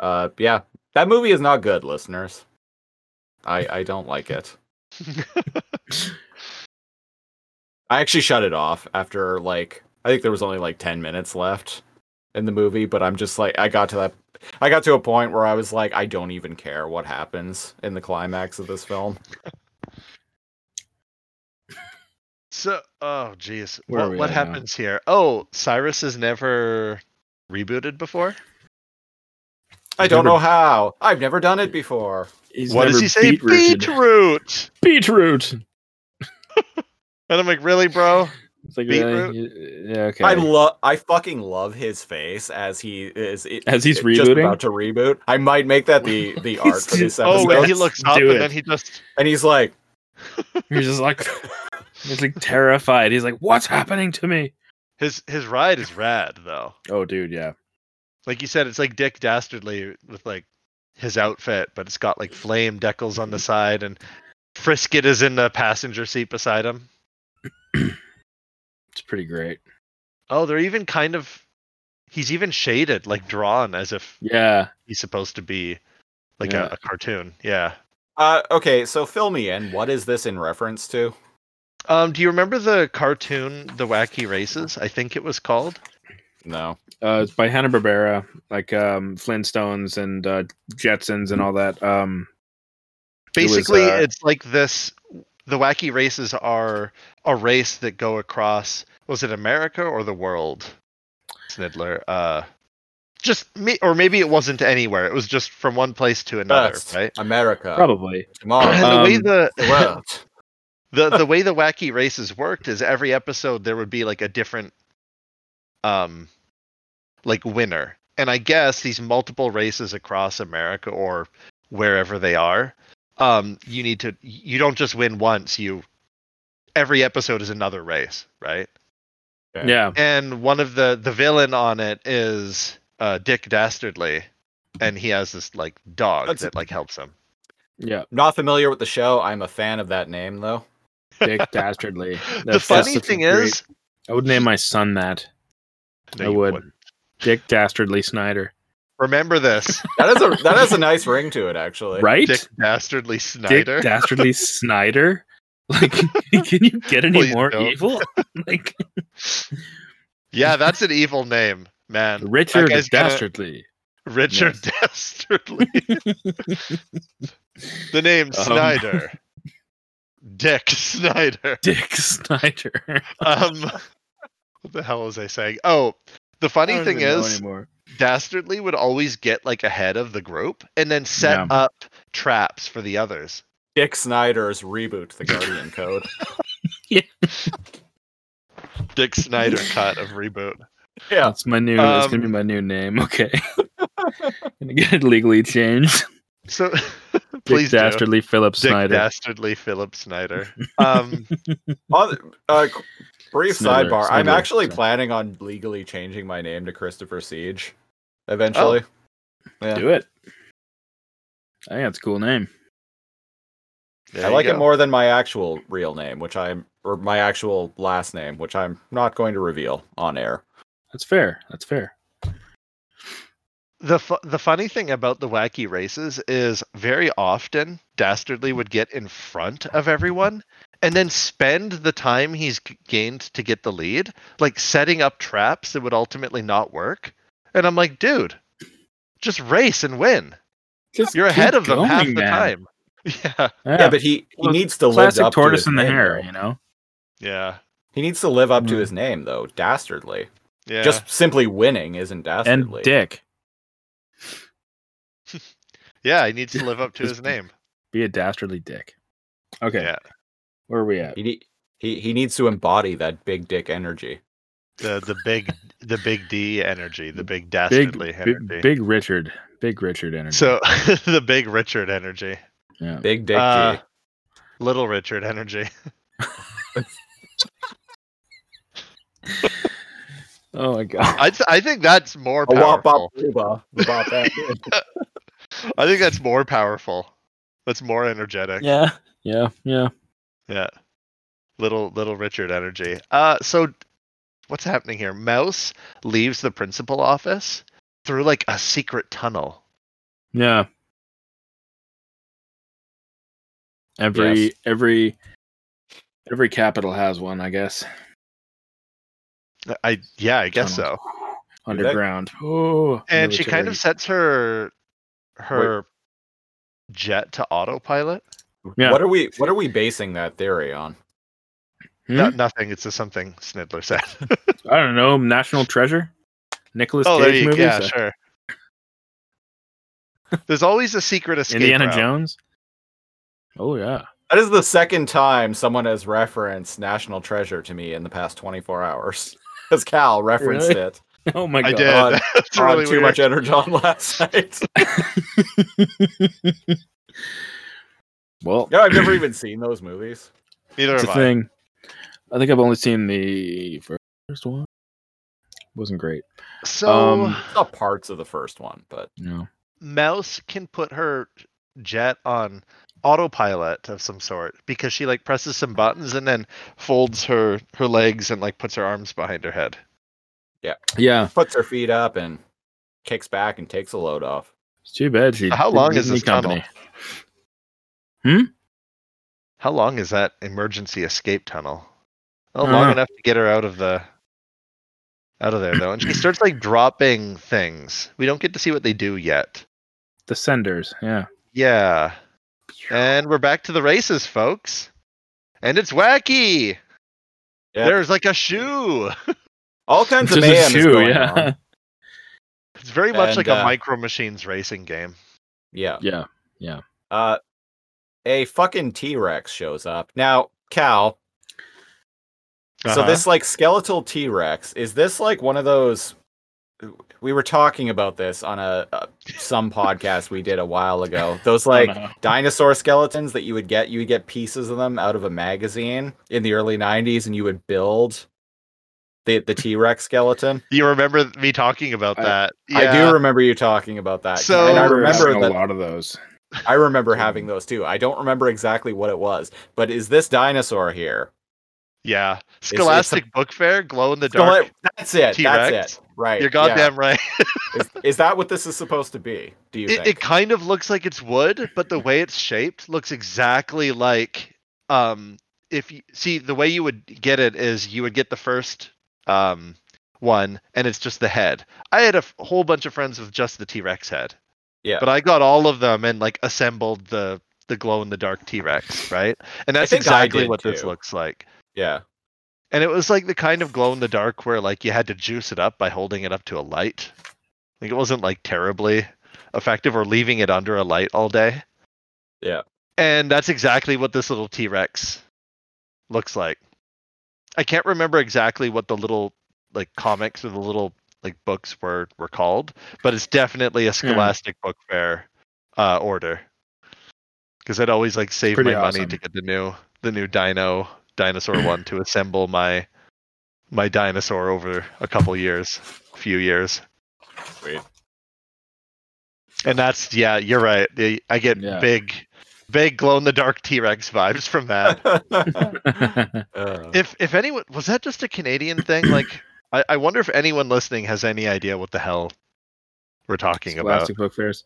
Uh, yeah, that movie is not good, listeners. I I don't like it. I actually shut it off after like I think there was only like 10 minutes left in the movie, but I'm just like I got to that I got to a point where I was like I don't even care what happens in the climax of this film. so oh geez. Where are what we what at now? happens here? Oh, Cyrus is never rebooted before? I don't know how. I've never done it before. He's what does never he say? beetrooted. Beetroot. Beetroot. And I'm like, really, bro? It's like, uh, Beetroot? yeah, okay. I love I fucking love his face as he is it, As he's just rebooting? about to reboot. I might make that the the art for this just- Oh, episode. when let's he looks up do and it. then he just and he's like He's just like, he's like terrified. He's like, what's happening to me? his his ride is rad though. Oh, dude, yeah. Like you said, it's like Dick Dastardly with like his outfit, but it's got like flame decals on the side, and Frisket is in the passenger seat beside him. It's pretty great. Oh, they're even kind of he's even shaded, like drawn as if Yeah. he's supposed to be like Yeah. a, a cartoon. Yeah. uh okay, so fill me in. What is this in reference to? Um, do you remember the cartoon The Wacky Races? I think it was called. No. Uh, it's by Hanna Barbera, like um, Flintstones and uh, Jetsons and all that. Um, It was, basically uh, it's like this the wacky races are a race that go across was it america or the world snidler uh just me or maybe it wasn't anywhere it was just from one place to another Best. right America. Uh, probably. and Tomorrow. the way Um, the the world. the, the way the wacky races worked is every episode there would be like a different um like winner and i guess these multiple races across america or wherever they are um you need to you don't just win once you every episode is another race right Yeah. Yeah. and one of the the villain on it is uh dick dastardly and he has this like dog That's- that like helps him Yeah. Not familiar with the show. I'm a fan of that name though. Dick Dastardly. That's- the that's funny such a thing great- is I would name my son that. No, I you would. wouldn't. Dick Dastardly Snyder. Remember this, That is a that has a nice ring to it, actually. right? Dick Dastardly Snyder. Dick Dastardly Snyder. Like, can you get any Please more don't. evil? Like yeah, that's an evil name, man. That Richard guy's gonna- Dastardly. Richard Dastardly. the Um. name Snyder. Dick Snyder. Dick Snyder. Um, what the hell was I saying? Oh, the funny thing is, anymore. Dastardly would always get like ahead of the group and then set Yeah. up traps for the others. Dick Snyder's reboot, the Guardian Code. Dick Snyder cut of reboot. Yeah. That's my new. that's gonna be Um, my new name. Okay, gonna get it legally changed. So Dick please do. Dastardly Philip Dick Snyder. Dastardly Philip Snyder. Um, On, uh, qu- brief Snyder, sidebar. I'm Snyder, actually sorry. planning on legally changing my name to Christopher Siege eventually. Yeah. Do it. I think that's a cool name. there I you like it go. more than my actual real name, which I'm or my actual last name, which I'm not going to reveal on air. That's fair. That's fair. The fu- the funny thing about the wacky races is very often Dastardly would get in front of everyone and then spend the time he's g- gained to get the lead like setting up traps that would ultimately not work. And I'm like, dude, just race and win. Just You're ahead keep of them half the going, man. time. Yeah. Yeah, Yeah, but he, he Well, needs to live classic up tortoise to his and the name, hare. though. You know. Yeah. He needs to live up to Mm. his name though, dastardly. Yeah. Just simply winning isn't And dastardly. Dick, yeah, he needs to live up to his name. be a dastardly dick. Okay, Yeah. where are we at? He, ne- he he needs to embody that big dick energy. The the big the big D energy, the big Big, dastardly energy. big, big Richard, big Richard energy. So the big Richard energy. yeah. Big dick Uh, G. Little Richard energy. Oh my god. I, th- I think that's more A wop powerful. bop booba. Bop bop. I think that's more powerful. That's more energetic. Yeah. Yeah. Yeah. Yeah. Little little Richard energy. Uh so what's happening here? Mouse leaves the principal office through like a secret tunnel. Yeah. Every Yes. every every capital has one, I guess. Uh, I yeah, I guess so. Tunnel. Underground. Oh. And she kind of military. sets her her jet to autopilot. Yeah. What are we what are we basing that theory on? No, nothing, it's just something Snidler said. I don't know. National Treasure. Nicholas oh, there Cage you movies. Yeah, uh, sure. There's always a secret escape. Indiana route. Jones. Oh yeah. That is the second time someone has referenced National Treasure to me in the past 24 hours. Because Cal referenced Really? it Oh my I god. did. God. That's on really Too weird. Much Energon last night. well, no, I've never even seen those movies. Neither it's a have I. thing. I think I've only seen the first one. Wasn't great. So Um, Saw parts of the first one, but No. Mouse can put her jet on autopilot of some sort because she like presses some buttons and then folds her her legs and like puts her arms behind her head. Yeah. puts her feet up and kicks back and takes a load off. It's too bad. She. How did long is Disney this tunnel? How long is that emergency escape tunnel? Well, I long dunno. enough to get her out of the out of there though. And she starts like dropping things. We don't get to see what they do yet. The senders. Yeah. Yeah. And we're back to the races, folks. And it's wacky. Yeah. There's like a shoe. All kinds of Just a mayhem is shoe, going yeah. on. It's very much And, like a uh, micro machines racing game. Yeah. Yeah. Uh, a fucking T Rex shows up. Now, Cal, so Uh-huh. this like skeletal T Rex, is this like one of those? We were talking about this on a, a some podcast we did a while ago. Those like know. dinosaur skeletons that you would get, you would get pieces of them out of a magazine in the early '90s, and you would build the the T Rex skeleton. you remember me talking about I- that? I do remember you talking about that. So- and I We're remember having that a lot of those. I remember having those too. I don't remember exactly what it was, but is this dinosaur here Yeah. a- Scholastic Book Fair, glow in the Don't dark. let- that's it. That's T-Rex. it. Right. You're yeah. goddamn right. is, is that what this is supposed to be? Do you It, think? it kind of looks like it's wood, but the way it's shaped looks exactly like um if you see the way you would get it is you would get the first um one and it's just the head. I had a f- whole bunch of friends with just the T-Rex head. Yeah. But I got all of them and like assembled the the glow in the dark T-Rex, right? And that's think I exactly did what this too. looks like. yeah. And it was like the kind of glow in the dark where like you had to juice it up by holding it up to a light. Like it wasn't like terribly effective or leaving it under a light all day. Yeah. And that's exactly what this little T-Rex looks like. I can't remember exactly what the little like comics or the little like books were were called, but it's definitely a Scholastic Book Fair uh, order. Because I'd always like save Pretty my money to awesome. get the new the new dino dinosaur one to assemble my my dinosaur over a couple years, few years. Sweet. And that's yeah, you're right. The- I get Yeah. big, big glow in the dark T Rex vibes from that. Uh, if if anyone was that just a Canadian thing, like I, I wonder if anyone listening has any idea what the hell we're talking about. Scholastic book fairs.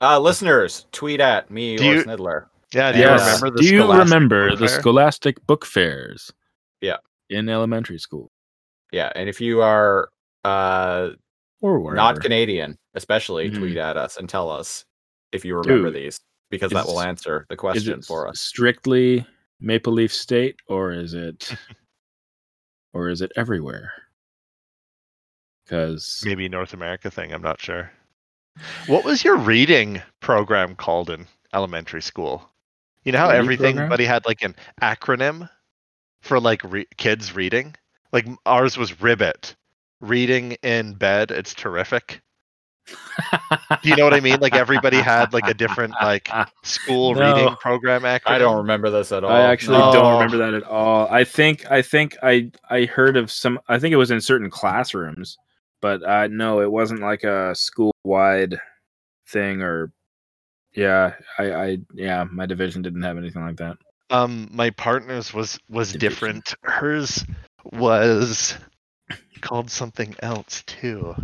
uh, listeners, tweet at me Do or you- Snidler. Yeah, do Yes. you remember the do you Scholastic remember Book the Fair? Scholastic Book Fairs? Yeah. In elementary school Yeah, and if you are uh, or wherever. not Canadian, especially, Mhm. tweet at us and tell us if you remember Dude, these because that is- will answer the Is question it for us. strictly Maple Leaf State or is it or is it everywhere? Because maybe North America thing? I'm not sure. What was your reading program called in elementary school? You know how Reading everything program? buddy had like an acronym for like re- kids reading. Like m- ours was Ribbit. Reading in bed, it's terrific. Do you know what I mean? Like everybody had like a different like school No. reading program acronym. I don't remember this at all. I actually No. Oh. don't remember that at all. I think I think I I heard of some. I think it was in certain classrooms, but uh, no, it wasn't like a school wide thing. Or yeah, I, I yeah, my division didn't have anything like that. um my partner's was was Division. different hers was called something else too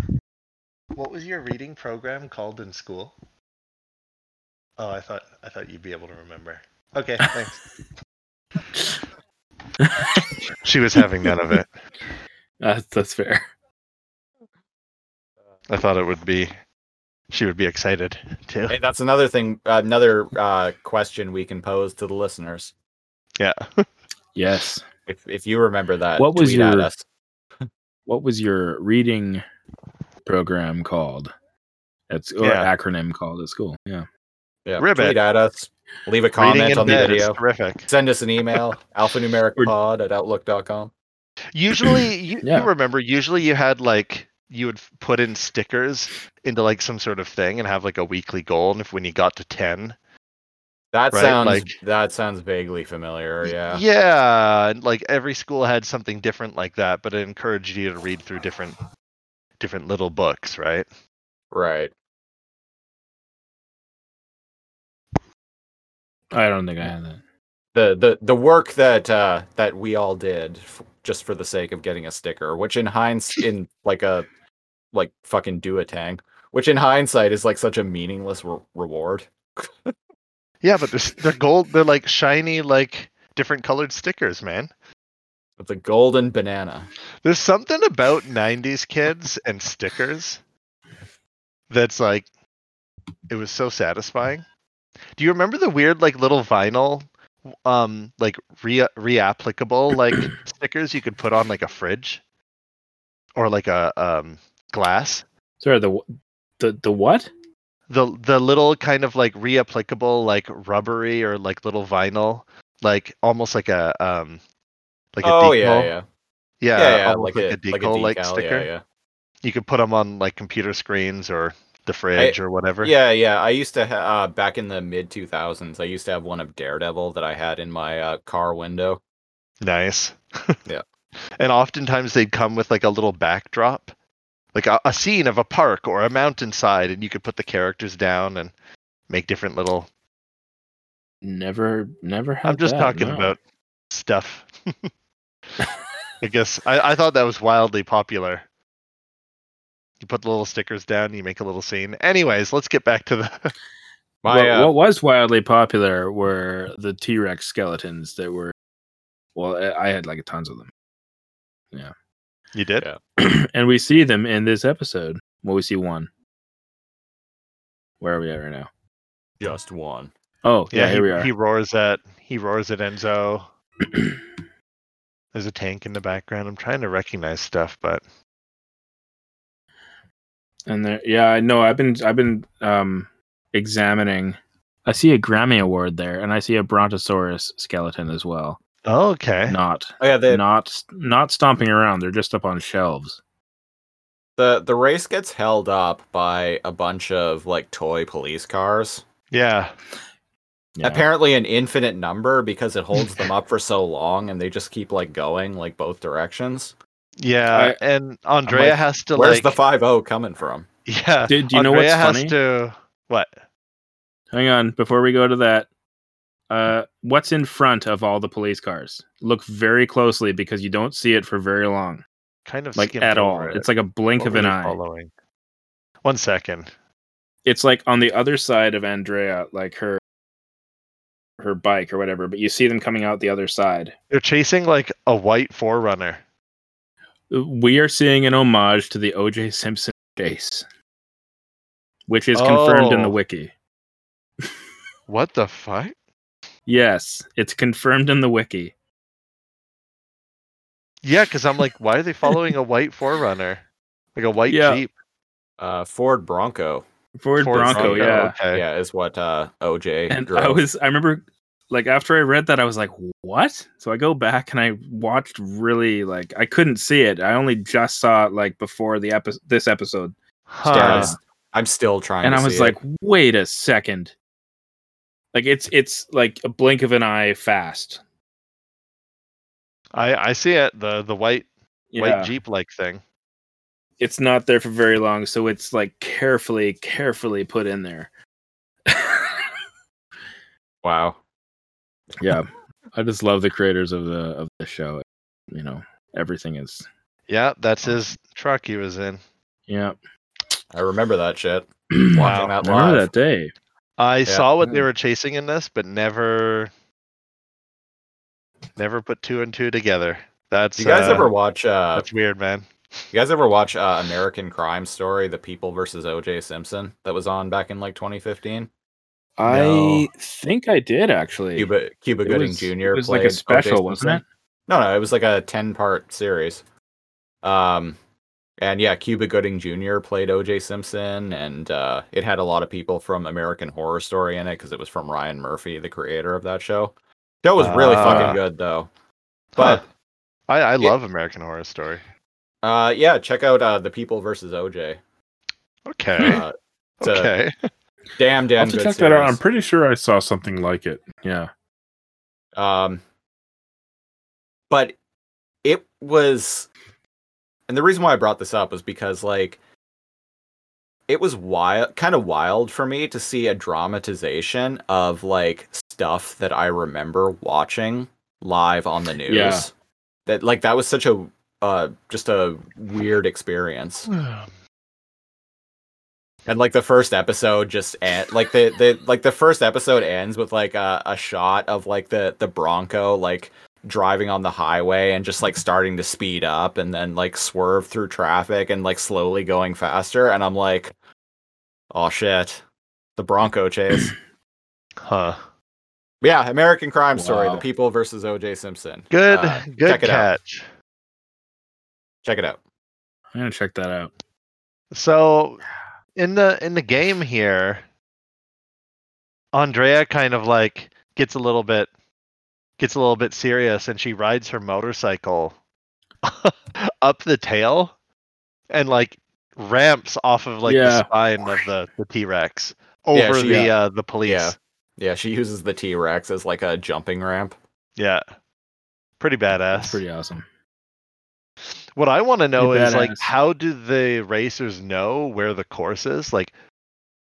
what was your reading program called in school oh i thought i thought you'd be able to remember okay thanks she was having none of it Uh, that's fair. i thought it would be she would be excited too Hey, that's another thing, another uh, question we can pose to the listeners. yeah Yes. If, if you remember that, What was tweet at your- us. What was your reading program called? That's or Yeah. acronym called at school. Yeah. Yeah, Ribbit. tweet at us. Leave a reading comment in on the bed is video. terrific Send us an email, alphanumericpod at outlook.com. Usually, you, Yeah. you remember. Usually, you had like you would f- put in stickers into like some sort of thing and have like a weekly goal. And if when you got to ten, That Right, sounds like- that sounds vaguely familiar. y- Oh, Yeah. yeah, and, like every school had something different like that, but it encouraged you to read through different, different little books, right? Right. I don't think I had that. The the the work that uh that we all did f- just for the sake of getting a sticker, which in hindsight in like a like fucking duotang, which in hindsight is like such a meaningless re- reward. Yeah, but they're, they're gold. They're like shiny, like different colored stickers, man. It's a golden banana. There's something about '90s kids and stickers that's like it was so satisfying. Do you remember the weird like little vinyl, um, like re reapplicable like stickers you could put on like a fridge or like a um glass? Sorry. The wh- the the what? The the little kind of like reapplicable like rubbery or like little vinyl, like almost like a um, like a oh decal. yeah, yeah, yeah, yeah, yeah, almost like, a decal like decal, sticker. Yeah, you could put them on like computer screens or the fridge or yeah, whatever. yeah, yeah. I used to ha- uh, back in the mid two thousands. I used to have one of Daredevil that I had in my uh, car window. Nice. Yeah. And oftentimes they'd come with like a little backdrop, like a, a scene of a park or a mountainside, and you could put the characters down and make different little. Never never had. I'm just that, talking no. about stuff. I guess I, I thought that was wildly popular. You put the little stickers down, you make a little scene. Anyways, let's get back to the My what, uh, what was wildly popular were the T Rex skeletons that were, well, I- I had like tons of them, You did? Yeah. and we see them in this episode. Well, we see one. Where are we at right now? just one. Oh, yeah, he, here we are. he roars at he roars at Enzo. There's a tank in the background. I'm trying to recognize stuff, but And there, yeah, I know. I've been, I've been um, examining. I see a Grammy Award there, and I see a Brontosaurus skeleton as well. oh, okay. Not, Oh yeah, the not, not stomping around. They're just up on shelves. the the race gets held up by a bunch of like toy police cars. Yeah. Yeah. Apparently, an infinite number because it holds them up for so long, and they just keep like going like both directions. Yeah. I- and Andrea like, has to Where's like the five O coming from? Yeah. Did do you know Andrea what's has funny? to what? Hang on, before we go to that, uh, what's in front of all the police cars? Look very closely because you don't see it for very long, Kind of like skimmed at all. over it. It's like a blink What of were an you eye. Following. One second. It's like on the other side of Andrea, like her, her bike or whatever. But you see them coming out the other side. They're chasing like a white forerunner. We are seeing an homage to the O.J. Simpson case, which is confirmed in the Oh. wiki. What the fuck? Yes, it's confirmed in the wiki. Yeah, because I'm like, why are they following a white forerunner? Like a white Yeah. Jeep. Uh, Ford Bronco. Ford, Ford Bronco, Bronco, yeah. Okay. Yeah, is what uh, OJ and drove. I was I remember like after I read that I was like what? So I go back and I watched really like I couldn't see it. I only just saw it like before the epi- this episode. Huh. Yeah, I'm s- I'm still trying. and to I was see it. like wait a second. Like it's it's like a blink of an eye fast. I I see it. The the white Yeah. white Jeep like thing. it's not there for very long so it's like carefully carefully put in there. wow. yeah. I just love the creators of the of the show. You know, everything is Yeah, that's his truck he was in. yeah. I remember that shit. Wow. Watching that I remember live. that day. I saw what they Mm. were chasing in this, but never never put two and two together. That's Do you guys uh, ever watch? Uh, that's weird, man. you guys ever watch uh, American Crime Story: The People versus OJ Simpson? That was on back in like 2015. I No. think I did actually. Cuba Cuba It Gooding was- Jr. it was like a played O.J. special, wasn't Simpson. No, no, it was like a ten-part series. Um, and yeah, Cuba Gooding Jr. played O.J. Simpson, and uh, it had a lot of people from American Horror Story in it because it was from Ryan Murphy, the creator of that show. That was really Ah. fucking good, though. But Huh. I, I love American Horror Story. uh, yeah, check out uh, the People versus O.J. Okay. Uh, it's a okay. damn, I'll damn have to good check that out. series. I'm pretty sure I saw something like it. Yeah. Um, but it was, and the reason why I brought this up was because like it was wild, kind of wild for me to see a dramatization of like stuff that I remember watching live on the news. Yeah. That like that was such a uh just a weird experience. And like the first episode just end, like the, the like the first episode ends with like a, a shot of like the the Bronco like driving on the highway and just like starting to speed up and then like swerve through traffic and like slowly going faster and I'm like oh shit the Bronco chase. Huh. yeah, American crime story, Wow. The People versus OJ Simpson. Good Uh, good check it out. catch. Check it out. I'm gonna check that out. So in the in the game here, Andrea kind of like gets a little bit gets a little bit serious and she rides her motorcycle up the tail and like ramps off of like Yeah. the spine of the, the T-Rex over she- the uh the police. Yeah. Yeah, she uses the T-Rex as like a jumping ramp. Yeah. Pretty That's badass. pretty awesome. What I want to know Pretty is like badass. how do the racers know where the course is? Like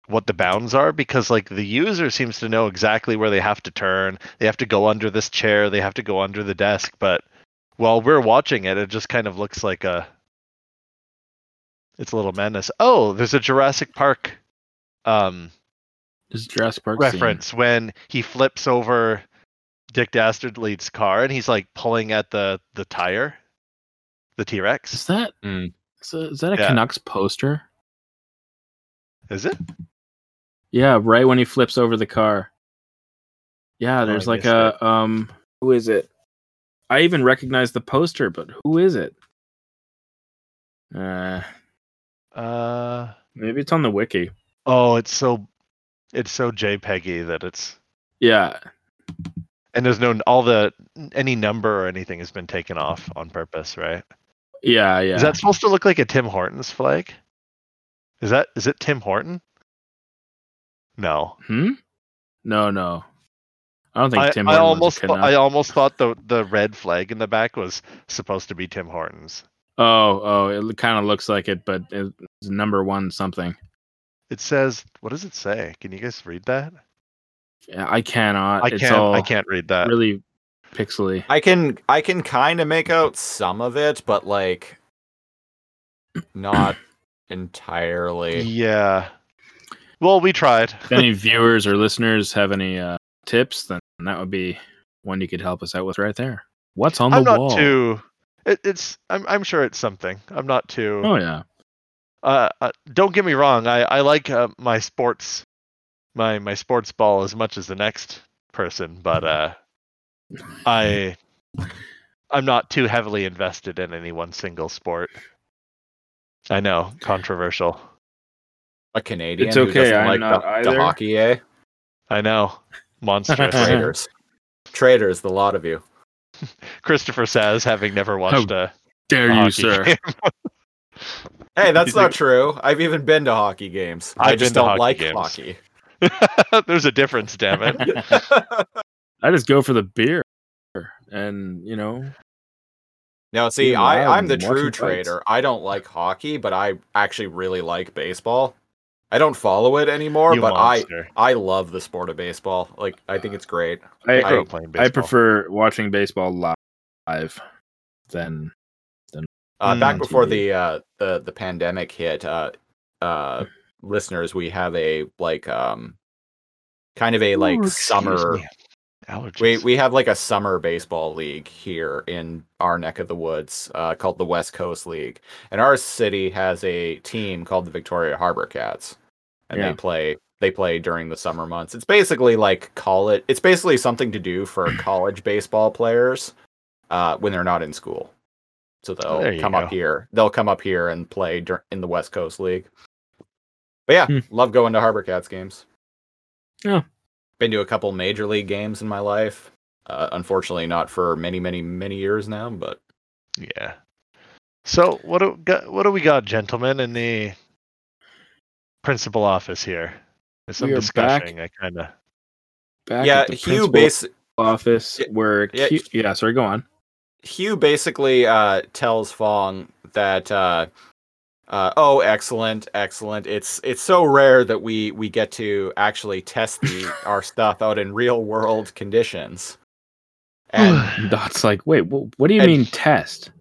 what the bounds are because like the user seems to know exactly where they have to turn. They have to go under this chair, they have to go under the desk, but while we're watching it, it just kind of looks like a it's a little menace. Oh, there's a Jurassic Park um This is Jurassic Park scene. reference when he flips over Dick Dastardly's car and he's like pulling at the the tire, the T Is Rex. that Mm. is that- is that a Hmm. Yeah. Canucks poster? Is it? Yeah, right when he flips over the car. Yeah, Oh, there's I like missed a um who is it? I even recognize the poster, but who is it? Uh Uh maybe it's on the wiki. oh, it's so it's so JPEGy that it's Yeah. and there's no all the any number or anything has been taken off on purpose, right? Yeah, yeah. Is that supposed to look like a Tim Hortons flag? Is that is it Tim Horton? No. Hmm? No, no. I don't think I, Tim I Horton was a almost thought- Canuck. I almost thought the the red flag in the back was supposed to be Tim Hortons. Oh, oh, it kind of looks like it, but it's number one something. It says what does it say? Can you guys read that? Yeah, I cannot. I Uh, it's can't all I can't read that. really pixely. I can I can kind of make out some of it, but like not entirely. Yeah. Well, we tried. if any viewers or listeners have any uh, tips, then that would be one you could help us out with right there. What's on I'm the not wall? too it, it's I'm I'm sure it's something. I'm not too oh yeah, uh, uh, don't get me wrong. I I like uh, my sports, my my sports ball as much as the next person, but uh, I I'm not too heavily invested in any one single sport. I know, controversial. A Canadian It's who okay, doesn't I'm like not the, either. the hockey, eh? I know, monstrous. Traitors, traitors, the lot of you. Christopher says, having never watched a dare hockey you, sir? game. Hey, that's He's not like- true. I've even been to hockey games. I I've just been to don't hockey like games. hockey. There's a difference, damn it. I just go for the beer, and you know, No, see, Being wild I, I'm the and true watching fights. traitor. I don't like hockey, but I actually really like baseball. I don't follow it anymore, you but monster. I I love the sport of baseball. Like I think it's great. I grew I, up playing I baseball. prefer watching baseball li- live than Uh, Mm, back before TV. the uh, the the pandemic hit, uh, uh, Mm. listeners, we have a like um, kind of a like Ooh, Oh, excuse summer. me. Allergies. We we have like a summer baseball league here in our neck of the woods uh, called the West Coast League, and our city has a team called the Victoria Harbor Cats, and Yeah. they play they play during the summer months. It's basically like college. It's basically something to do for college baseball players uh, when they're not in school. So they'll There you come up go. here. They'll come up here and play dur- in the West Coast League. But yeah, Hmm. Oh. love going to Harbor Cats games. Yeah. Been to a couple major league games in my life. Uh, unfortunately, not for many, many, many years now, but Yeah. So what do got, what do we got, gentlemen, in the principal office here? There's some We are back. discussing. I kind of back. yeah, at the Hugh principal's basi- office Yeah, where yeah, Hugh- yeah. Sorry, go on. Hugh basically uh, tells Fong that, uh, uh, "Oh, excellent, excellent! It's it's so rare that we we get to actually test the, our stuff out in real world conditions." And Dot's like, wait, wh- what do you And- mean test?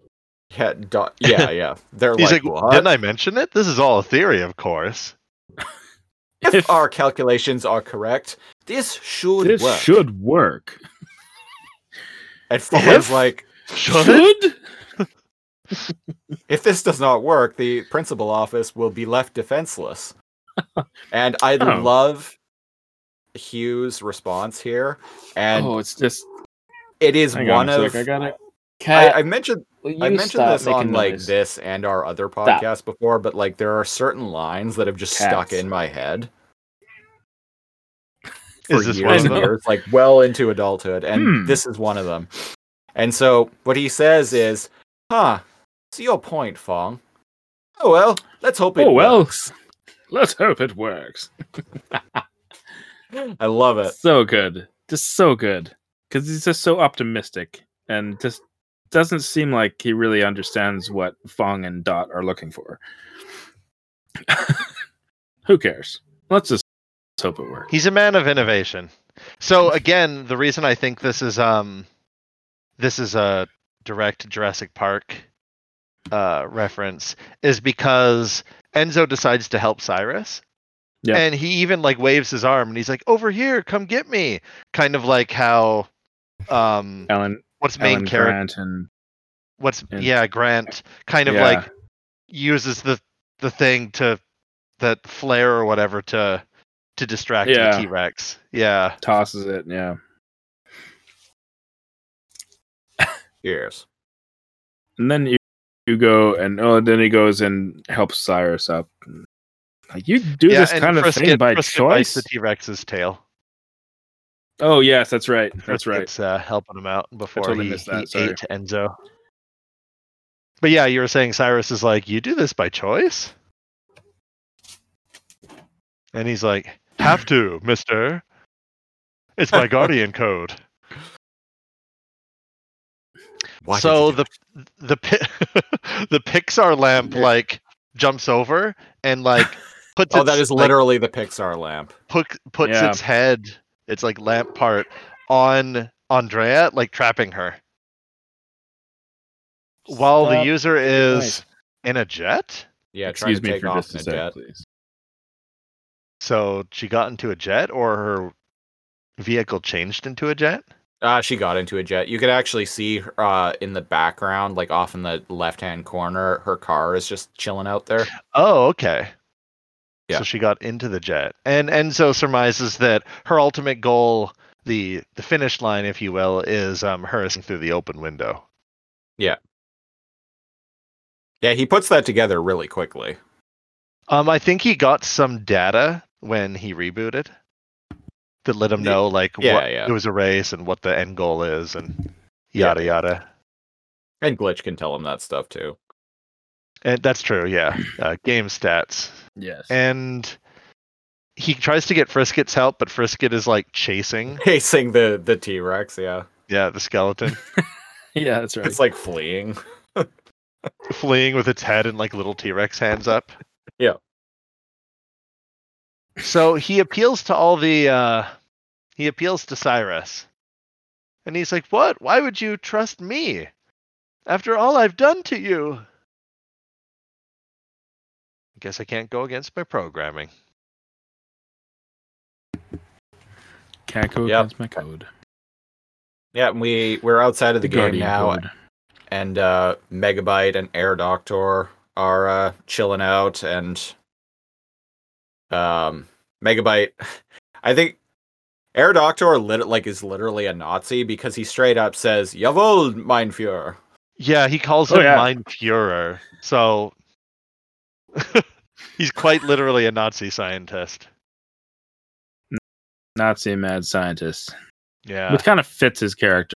yeah, do- yeah, yeah, they're He's like, like, "What? didn't I mention it? This is all a theory, of course. if our calculations are correct, this should this work." should work. And Fong's If? like, Should it? Should? If this does not work, the principal office will be left defenseless. and I Oh. love Hugh's response here. And oh, it's just it is hang one on a of sec, I got it. I, Cat, I mentioned will Uh, you I mentioned stop this on making like noise? this and our other Stop. podcast before, but like there are certain lines that have just stuck Cats. in my head for Is this one years of and know. them? years, like well into adulthood, and Hmm. this is one of them. And so what he says is, "Huh, see your point, Fong. Oh well, let's hope it Oh, well. works." Let's hope it works. I love it. So good, just so good, because he's just so optimistic and just doesn't seem like he really understands what Fong and Dot are looking for. Who cares? Let's just hope it works. He's a man of innovation. So again, the reason I think this is um this is a direct Jurassic Park uh reference is because Enzo decides to help Cyrus. Yeah. And he even like waves his arm and he's like, "Over here, come get me." Kind of like how um Alan, what's Alan main character Grant and what's And- yeah grant kind of Yeah. like uses the the thing to that flare or whatever to to distract Yeah. the t-rex yeah tosses it. Yeah. Yes. And then you, you go and oh, then he goes and helps Cyrus up. Like you do yeah, this and kind of Frisket- thing by Frisket bites choice. the t-rex's tail oh yes, that's right. That's right. Frisket's, uh, helping him out before totally he, missed that, he sorry. ate enzo but yeah you were saying cyrus is like you do this by choice and he's like have to mister it's my guardian code Why did so you do the the pi- the Pixar lamp like jumps over and like puts Oh, its, that is like, literally the Pixar lamp. puts, puts Yeah. its head its like lamp part on Andrea like trapping her while the Stop user noise. is in a jet Yeah, trying Excuse to me take for off just in a a second, jet. please. so she got into a jet or her vehicle changed into a jet Uh, she got into a jet. You could actually see her, uh, in the background, like off in the left hand corner, her car is just chilling out there. Oh, okay. Yeah. So she got into the jet. And Enzo surmises that her ultimate goal, the the finish line, if you will, is um her escaping through the open window. Yeah, he puts that together really quickly. Um, I think he got some data when he rebooted that let him Yeah. know like Yeah, what yeah. it was a race and what the end goal is and yada yada. And Glitch can tell him that stuff too. And that's true, yeah. Uh, game stats. Yes. And he tries to get Frisket's help, but Frisket is like chasing, Pacing the the T Rex, yeah. yeah, the skeleton. yeah, that's right. It's like fleeing. fleeing with its head and like little T-Rex hands up. Yeah. So he appeals to all the uh he appeals to Cyrus. And he's like, "What? Why would you trust me? After all I've done to you?" I guess I can't go against my programming. Can't go Yep. against my code. Yeah, and we we're outside of the, game Guardian now, code. and uh, Megabyte and Air Doctor are uh, chilling out, and um, Megabyte, I think Air Doctor lit- like is literally a Nazi because he straight up says "Jawohl, mein Führer." Yeah, he calls Oh, him yeah. Mein Führer. So he's quite literally a Nazi scientist. Nazi mad scientist, Yeah. which kind of fits his character.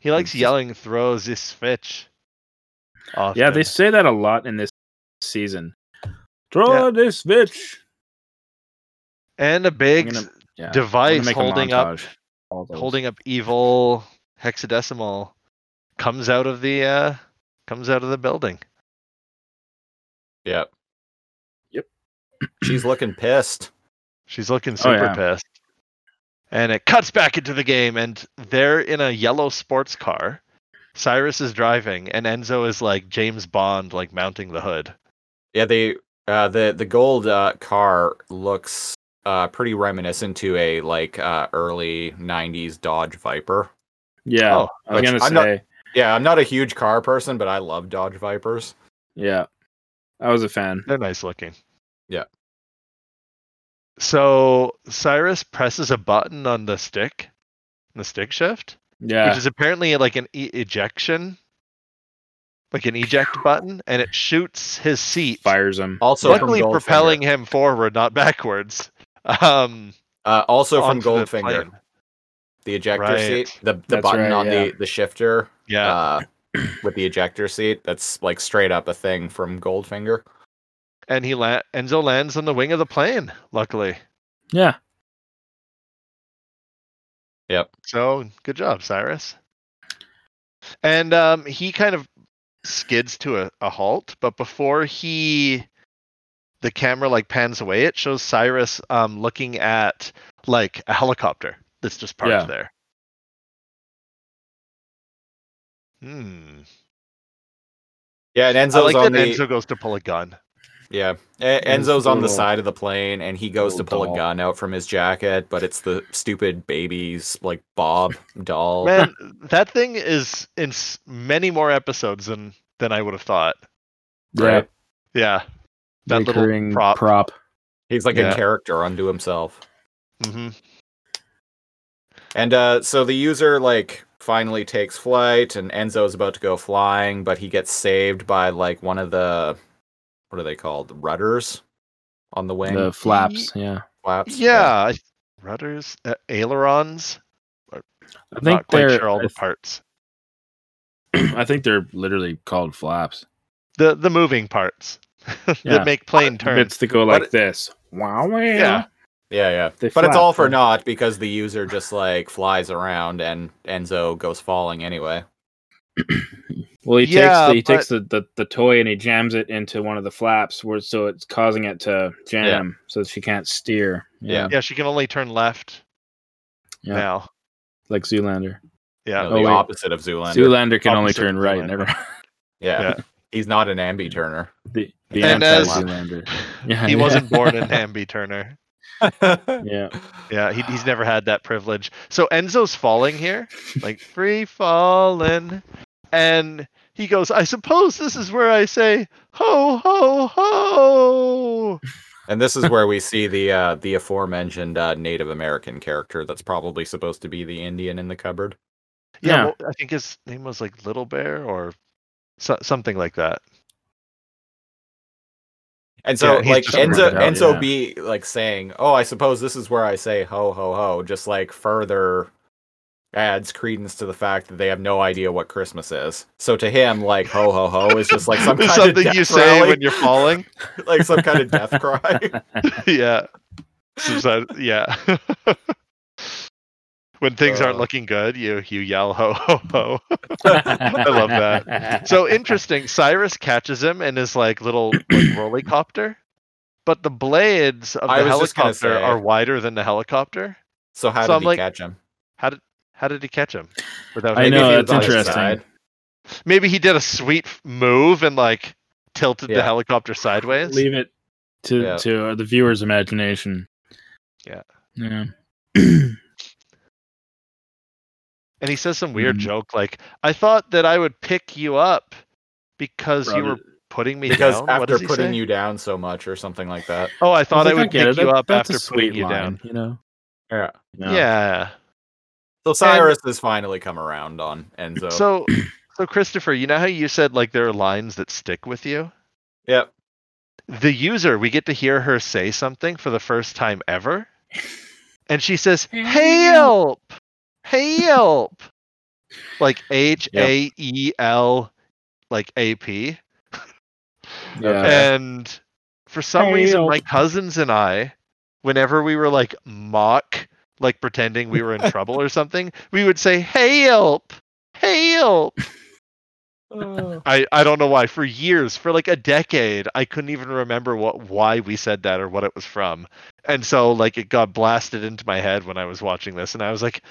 He likes It's just- yelling, throw this fetch. Yeah, they say that a lot in this season. Draw this bitch. and a big gonna- Yeah. device make a holding up montage. All those. holding up evil hexadecimal comes out of the uh comes out of the building. Yep. Yep. She's looking pissed. She's looking super Oh, yeah. pissed. And it cuts back into the game and they're in a yellow sports car. Cyrus is driving and Enzo is like James Bond like mounting the hood. Yeah, they uh, the the gold uh, car looks uh, pretty reminiscent to a like uh, early '90s Dodge Viper. Yeah, Oh, I was which gonna I'm say. not- Yeah, I'm not a huge car person, but I love Dodge Vipers. Yeah, I was a fan. They're nice looking. Yeah. So Cyrus presses a button on the stick, the stick shift, Yeah, which is apparently like an e- ejection, like an eject button, and it shoots his seat, fires him. Also, luckily from Goldfinger. propelling him forward, not backwards. Um, Uh, also from onto the Goldfinger, the, plane. ejector Right. seat, the the That's button right, on yeah. the the shifter Yeah. uh, with the ejector seat. That's like straight up a thing from Goldfinger. and he la- Enzo lands on the wing of the plane. Luckily, Yeah, So good job, Cyrus. And um, he kind of skids to a, a halt, but before he the camera like pans away, it shows Cyrus um, looking at like a helicopter that's just parked Yeah. there. Hmm. Yeah, and Enzo's I like on that the Enzo goes to pull a gun. yeah. E- Enzo's Enzo's on the little- side of the plane, and he goes to little pull doll. a gun out from his jacket, but it's the stupid baby's like Bob doll. Man, that thing is in s- many more episodes than than I would have thought. Yeah, Yeah. That little recurring prop. prop. He's like Yeah. a character unto himself. hmm And uh, so the user like finally takes flight, and Enzo's about to go flying, but he gets saved by like one of the what are they called rudders on the wing The flaps. Yeah, flaps. Yeah. I- Rudders, uh, ailerons. I Not think quite they're. sure all I the th- parts. I think they're literally called flaps. The the moving parts Yeah. that make plane The turns. Bits that go But- like this. Wow. wow. Yeah. yeah, yeah. They but it's all flap, for right? naught because the user just like flies around, and Enzo goes falling anyway. Well, he Yeah, takes the, he takes the, the, the toy and he jams it into one of the flaps, where so it's causing it to jam, so she can't steer. Yeah. Yeah, she can only turn left Yeah. now. like Zoolander. Yeah. No, Oh, the wait. opposite of Zoolander. Zoolander can only Opposite turn right. Zoolander. Never mind. Yeah. Yeah. he's not an ambi turner. the, the And as- anti-Zoolander. Yeah, he yeah. wasn't born an Hamby Turner. Yeah, Yeah, he, he's never had that privilege. So Enzo's falling here, like free falling, and he goes, "I suppose this is where I say ho ho ho." And this is where we see the uh, the aforementioned uh, Native American character that's probably supposed to be the Indian in the cupboard. Yeah, Yeah. well, I think his name was like Little Bear or so, something like that. And so Yeah, he's like just running Enzo it out, Enzo yeah. B like saying, "Oh, I suppose this is where I say ho ho ho," just like further adds credence to the fact that they have no idea what Christmas is. So to him, like ho ho ho is just like some kind of something death you say rally, when you're falling. like some kind of death cry. yeah, Some sort- yeah. when things aren't Uh. looking good, you you yell ho ho ho. I love that. so interesting. Cyrus catches him in his like little like, rolly copter, but the blades of the I was just gonna helicopter say. are wider than the helicopter. So how So did I'm he like- catch him? How did how did he catch him? Without I maybe, know he that's was on his interesting. side. maybe he did a sweet f- move and like tilted the Yeah. helicopter sideways. Leave it to Yeah. to the viewer's imagination. Yeah. Yeah. And he says some weird Mm-hmm. Mhm. joke like, "I thought that I would pick you up because you were putting me Because down." what after does he putting say? you down so much or something like that. oh, I thought I, think would get pick it. you That- up that's a after putting sweet you line, down. You know. Yeah. Yeah. So Cyrus has finally come around on Enzo. So, so Christopher, you know how you said like there are lines that stick with you. Yep. The user, we get to hear her say something for the first time ever, and she says, "Help! Help!" Like H A E L, like A P. Yeah. Uh, And for some reason, my cousins and I, whenever we were like mock, like pretending we were in trouble or something, we would say, Help! Help! I, I don't know why. For years, for like a decade, I couldn't even remember what why we said that or what it was from. And so like it got blasted into my head when I was watching this and I was like,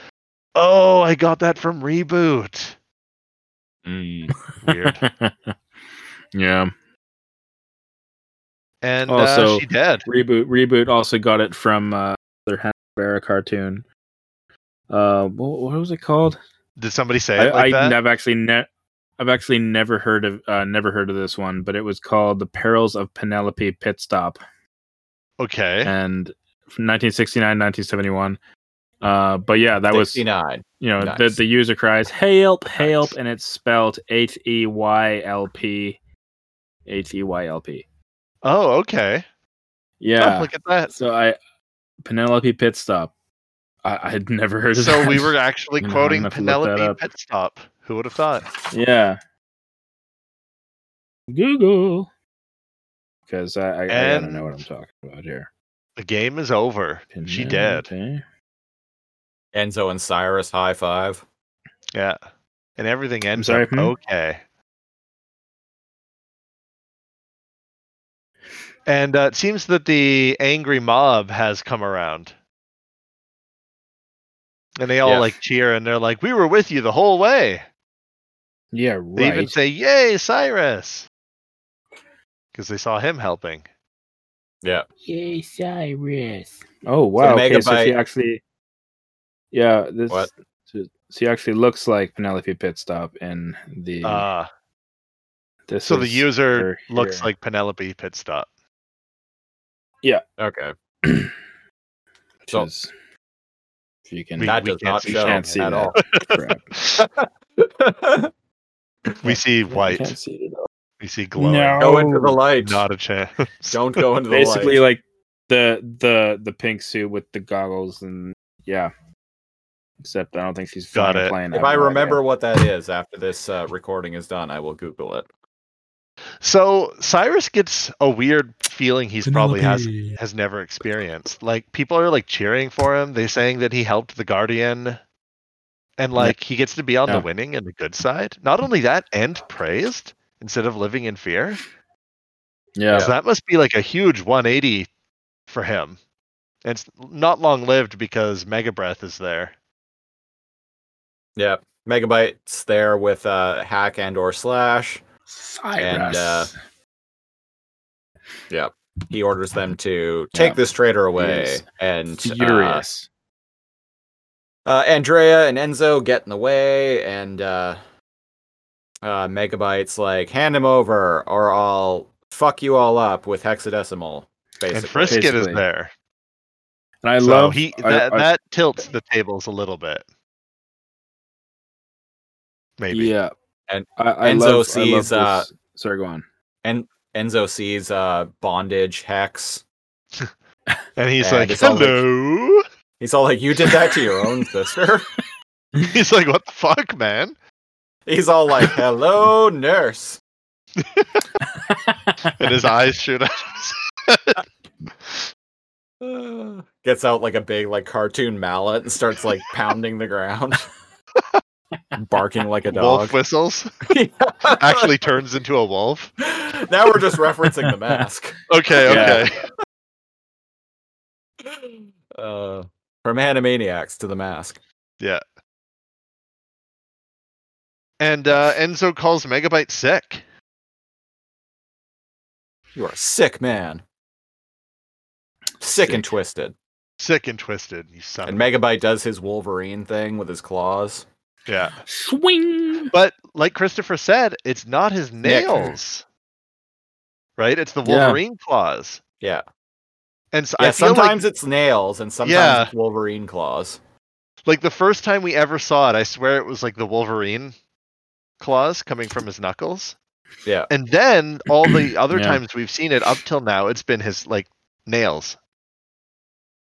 Oh, I got that from reboot. Mm, Weird. yeah. And uh, Also- she dead. Reboot Reboot also got it from uh, their Hanna Barbera cartoon. Uh, wh- what, was it called? Did somebody say I, it like I, that? I've actually ne- I've actually never heard of uh, never heard of this one, but it was called "The Perils of Penelope Pitstop." okay. and from 1969 1971 uh but yeah that was 69. you know the, nice. the user cries help help Nice. and it's spelled E h-e-y-l-p E h-e-y-l-p Oh, okay. Oh, yeah look at that. so i penelope pitstop i i had never heard of So that. we were actually You know, I'm quoting gonna have to look that Penelope up. Pitstop. Who would have thought? yeah google because I, I, I don't know what i'm talking about here The game is over. She dead. Penelope. Enzo and Cyrus high five. Yeah. And everything ends sorry, up hmm? okay. And uh, it seems that the angry mob has come around. And they all Yeah. like cheer and they're like, We were with you the whole way. Yeah, They right. even say, Yay, Cyrus! Because they saw him helping. Yay, Cyrus. oh wow. okay, so she Megabyte- actually. Yeah. This. What? So, she actually looks like Penelope Pitstop in the. Uh, this so the is user her looks here. like Penelope Pitstop. Okay. which so- is- if you can. We- that we does can't not see- show can't see at that. all. Crap. we see I white. can't see it at all. We see glowing. Go into the light. Not a chance. Don't go into the Oh, Basically, light. like the the the pink suit with the goggles and yeah. Except I don't think she's Got flying a it. plane. if have I no idea. remember what that is after this uh, recording is done, I will Google it. So Cyrus gets a weird feeling he's probably has has never experienced. Like people are like cheering for him. They're saying that he helped the Guardian, and like he gets to be on Yeah. the winning and the good side. Not only that, and praised instead of living in fear. Yeah. So that must be like a huge 180 for him. And it's not long lived because Mega Breath is there. Yeah, Megabytes there with uh, hack and or slash. And, uh, He orders them to take Yeah. this traitor away, He is and uh, furious. uh, Andrea and Enzo get in the way, and uh, uh, Megabytes like hand him over, or I'll fuck you all up with hexadecimal. Basically, And Frisket Basically. is there. and I so love he I- that, I- that tilts the tables a little bit. Maybe. Yeah. And I, I Enzo love, I love sees, uh, this- Sorry, go on. Enzo sees uh, bondage hex. And he's And like, it's all like- hello. He's all like, "You did that to your own sister." he's like, what the fuck, man? He's all like, "Hello, nurse." And his eyes shoot out. Gets out like a big like cartoon mallet and starts like pounding the ground, barking like a dog. wolf whistles. Actually turns into a wolf. now we're just referencing the mask. Okay, Yeah. okay. Uh, from Animaniacs to the mask. And uh, Enzo calls Megabyte sick. You are a sick man. Sick, and twisted. Sick and twisted, you son. of And a- Megabyte does his Wolverine thing with his claws. yeah. Swing. But like Christopher said, it's not his nails. Right? It's the Yeah. Wolverine claws. Yeah. And so Yeah, I feel like sometimes it's nails and sometimes Yeah. it's Wolverine claws. Like the first time we ever saw it, I swear it was like the Wolverine claws coming from his knuckles. Yeah. And then all the other Yeah. times we've seen it up till now, it's been his like nails.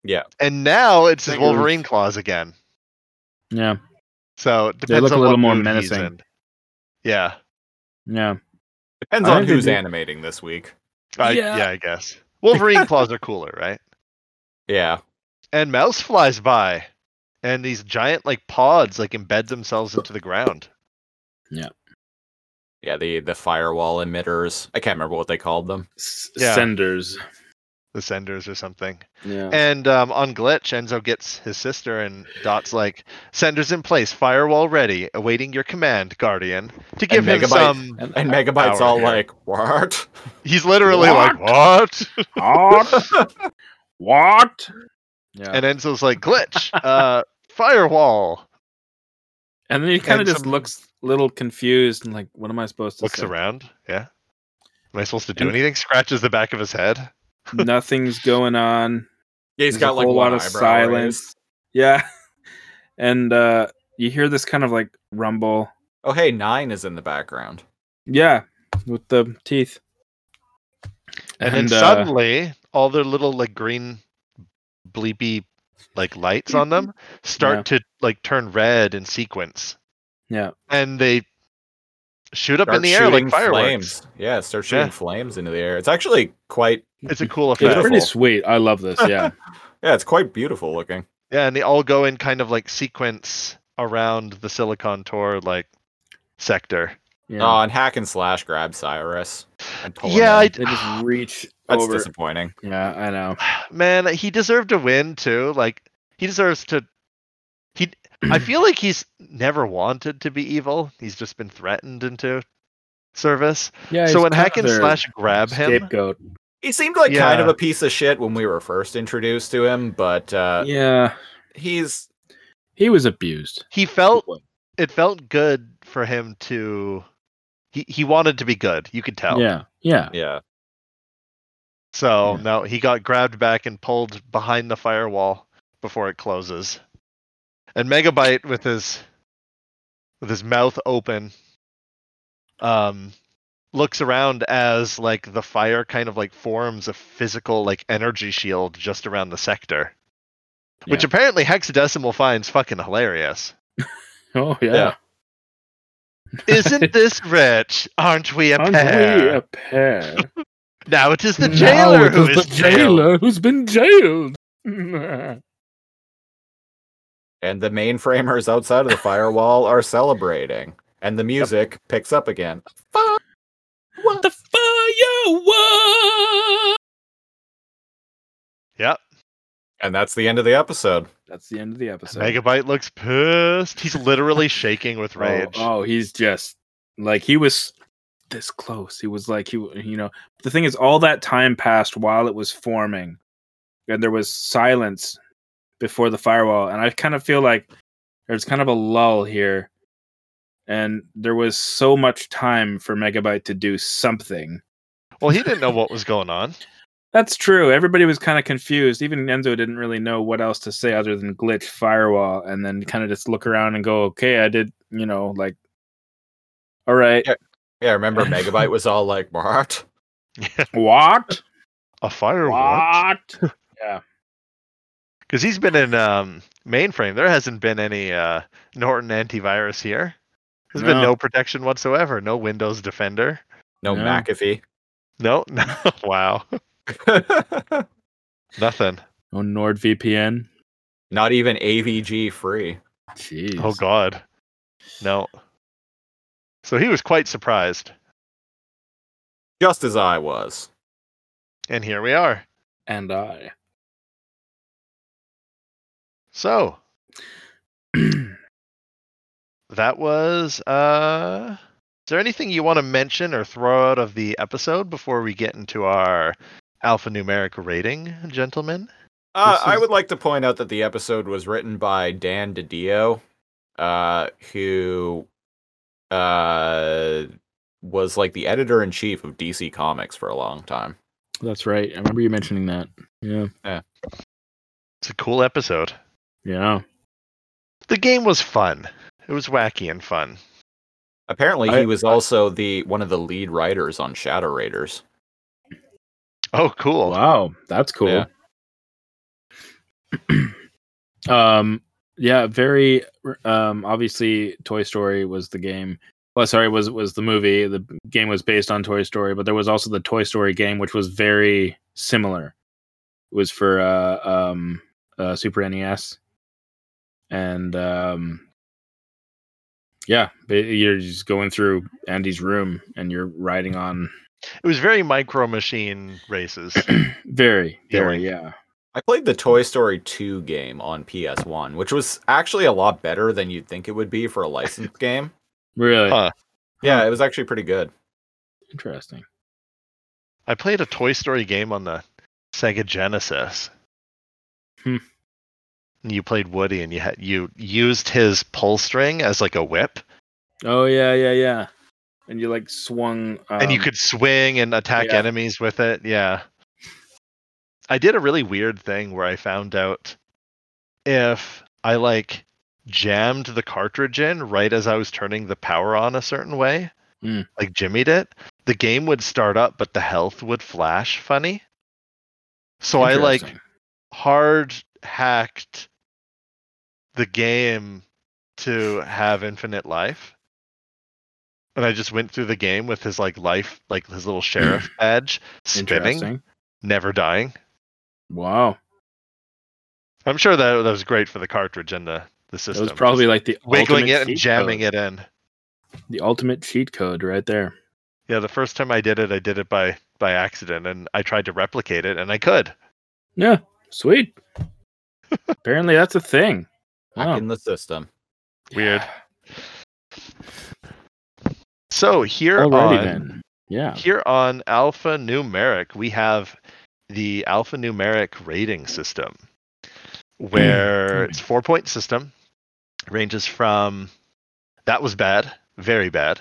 Yeah. And now it's his Think it was- Wolverine claws again. Yeah. So it depends look a on little what more mood he's menacing. in. Yeah. Yeah. Depends I on think they who's do- animating this week. I, Yeah. yeah. I guess. Wolverine claws are cooler, right? Yeah. And Mouse flies by. And these giant like pods like embed themselves into the ground. Yeah, the the firewall emitters. I can't remember what they called them. S- Yeah. Senders. The senders or something. Yeah. And um, on glitch, Enzo gets his sister, and Dot's like, "Senders in place, firewall ready, awaiting your command, Guardian." To give him Megabyte- some, And- And Megabyte's Our all hair. like, "What?" he's literally like, "What?" what? what? Yeah. And Enzo's like, "Glitch, uh, firewall." And then he kind of and just some- looks a little confused and like, what am I supposed to Looks say? around. Yeah. Am I supposed to do And- anything? Scratches the back of his head. Nothing's going on. Yeah, he's There's got a like whole one lot of eyebrow silence. raised. Yeah. And uh you hear this kind of like rumble. Oh, hey, nine is in the background. Yeah. With the teeth. And, then uh, suddenly, all their little like green, bleepy, like lights on them start to like turn red in sequence, Yeah. and they shoot up in Start the air like shooting fireworks. Flames. Yeah, start shooting Yeah. flames into the air. It's actually quite It's a cool It's effect. Beautiful. pretty sweet. I love this. Yeah. yeah, it's quite beautiful looking. Yeah, and they all go in kind of like sequence around the Silicon Tour like sector. Yeah. Oh, and hack and slash grab Cyrus. And pull him Yeah, in. I, they just reach that's over. disappointing. Yeah, I know. man, he deserved to win too. Like he deserves to. He, I feel like he's never wanted to be evil. He's just been threatened into service. Yeah. so when Hack and Slash grab him, scapegoat. He seemed like kind of Yeah. a piece of shit when we were first introduced to him, but uh, yeah, he's he was abused. he felt it felt good for him to. He he wanted to be good. You could tell. Yeah, yeah. yeah. So Yeah. no, he got grabbed back and pulled behind the firewall before it closes. And Megabyte with his with his mouth open um looks around as like the fire kind of like forms a physical like energy shield just around the sector. Which Yeah. apparently Hexadecimal finds fucking hilarious. Oh Yeah. yeah. Isn't this rich? Aren't we a Aren't pair? we a pair? Now it is the Now jailer it who is is the jailed. jailer who's been jailed. yeah, And the mainframers outside of the firewall are celebrating, and the music picks up again. The firework! Yep. And that's the end of the episode. that's the end of the episode. Megabyte looks pissed. He's literally shaking with Oh, rage. Oh, he's just like he was this close. He was like he, w- you know. The thing is, all that time passed while it was forming, and there was silence before the firewall. And I kind of feel like there's kind of a lull here, and there was so much time for Megabyte to do something. Well, he didn't know what was going on. That's true. Everybody was kind of confused. Even Enzo didn't really know what else to say other than glitch firewall, and then kind of just look around and go, "Okay, I did," you know, like, "All right, Yeah, remember Megabyte was all like, "What?" what? A fire What? Because he's been in um, mainframe. There hasn't been any uh, Norton antivirus here. There's been No. no protection whatsoever. No Windows Defender. No, No. McAfee. No, no. wow. Nothing. Oh, NordVPN. Not even AVG free. Jeez. Oh God. No. So he was quite surprised, Just as I was. and here we are. And I. So that was uh is there anything you want to mention or throw out of the episode before we get into our alphanumeric rating gentlemen Uh, This I is- would like to point out that the episode was written by Dan DiDio, uh, who uh, was like the editor in chief of DC Comics for a long time. That's right. I remember you mentioning that. Yeah. it's a cool episode Yeah. the game was fun it was wacky and fun Apparently, I- he was also the one of the lead writers on Shadow Raiders. oh cool Wow, that's cool. Yeah. um, yeah, very. Um, obviously, Toy Story was the game. Well, sorry, was was the movie. The game was based on Toy Story, but there was also the Toy Story game, which was very similar. It was for uh, um, uh, Super NES, and um, yeah, ba- you're just going through Andy's room, and you're riding on it was very micro machine races very, very, Feeling. yeah. I played the Toy Story 2 game on PS1, which was actually a lot better than you'd think it would be for a licensed game. Really Huh. Yeah, it was actually pretty good. interesting. i played a toy story game on the sega genesis Hmm. you played woody and you had you used his pull string as like a whip Oh yeah, yeah, yeah. And you like swung, um, and you could swing and attack yeah. enemies with it. Yeah. I did a really weird thing where I found out if I like jammed the cartridge in right as I was turning the power on a certain way, Mm. like jimmied it, the game would start up, but the health would flash funny. So I like Interesting. hard hacked the game to have infinite life. And I just went through the game with his like life, like his little sheriff badge, spinning, Interesting. never dying. Wow, I'm sure that that was great for the cartridge and the the that system. was probably like the just wiggling ultimate it and cheat jamming code. it in. The ultimate cheat code right there. Yeah, the first time I did it, I did it by by accident, and I tried to replicate it, and I could. Yeah, sweet. Apparently that's a thing. Wow. Hacking the system. Weird. So here Alrighty on then. Yeah. here on alphanumeric we have the alphanumeric rating system where it's four point system ranges from that was bad very bad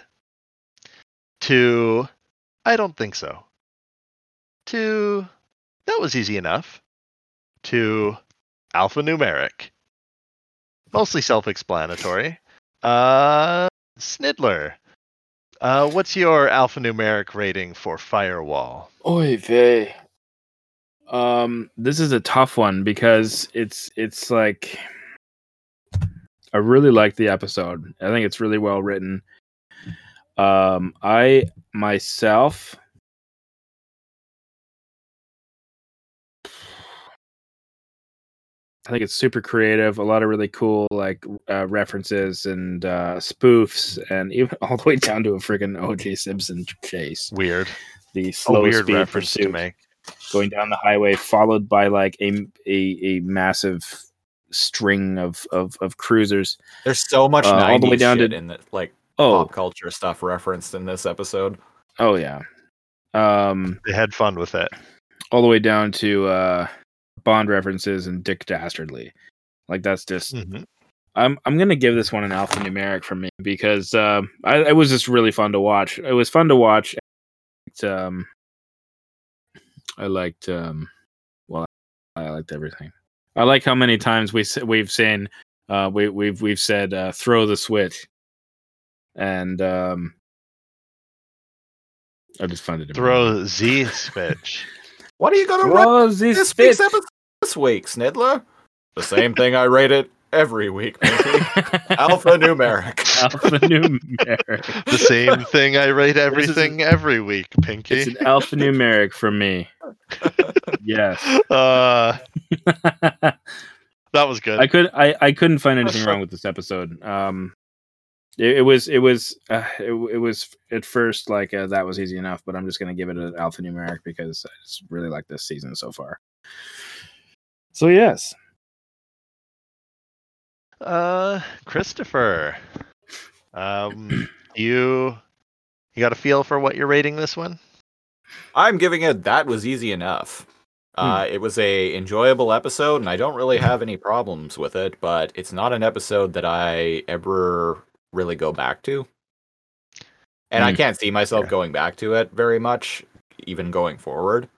to i don't think so to that was easy enough to alphanumeric mostly self-explanatory uh snidler uh, what's your alphanumeric rating for Firewall? Oy vey. Um, this is a tough one because it's it's like I really like the episode. I think it's really well written. Um, I myself I think it's super creative, a lot of really cool like uh, references and uh, spoofs, and even all the way down to a freaking O.J. Simpson chase Weird. the A slow weird speed reference to pursuit make. going down the highway, followed by like a a, a massive string of of, of cruisers. There's so much Uh, all the way 90s down shit to- in the like Oh, pop culture stuff referenced in this episode. oh yeah. Um, They had fun with it. all the way down to uh, Bond references and Dick Dastardly. Like that's just Mhm. I'm I'm gonna give this one an alphanumeric for me because um, I, it was just really fun to watch. It was fun to watch. It's, um, I liked um, well, I liked everything. I like how many times we s- we've seen uh, we we've we've said uh, throw the switch, and um, I just found it amazing. Throw Z switch. What are you gonna rate throw the this switch. week's episode this week, Snidler? The same thing I rate it every week, baby. Alphanumeric. alphanumeric. the same thing I rate is- everything every week, It's Pinky. an alphanumeric for me. Yes. Uh, I that was good. could I, I couldn't find anything wrong with this episode. Um it, it was it was uh, it, it was at first like uh, that was easy enough, but I'm just going to give it an alphanumeric because I just really like this season so far. So yes. Uh, Christopher, um, you you got a feel for what you're rating this one? I'm giving it that was easy enough. Uh, it was a enjoyable episode, and I don't really have any problems with it. But it's not an episode that I ever really go back to, and I Hmm. can't see myself Yeah. going back to it very much, even going forward.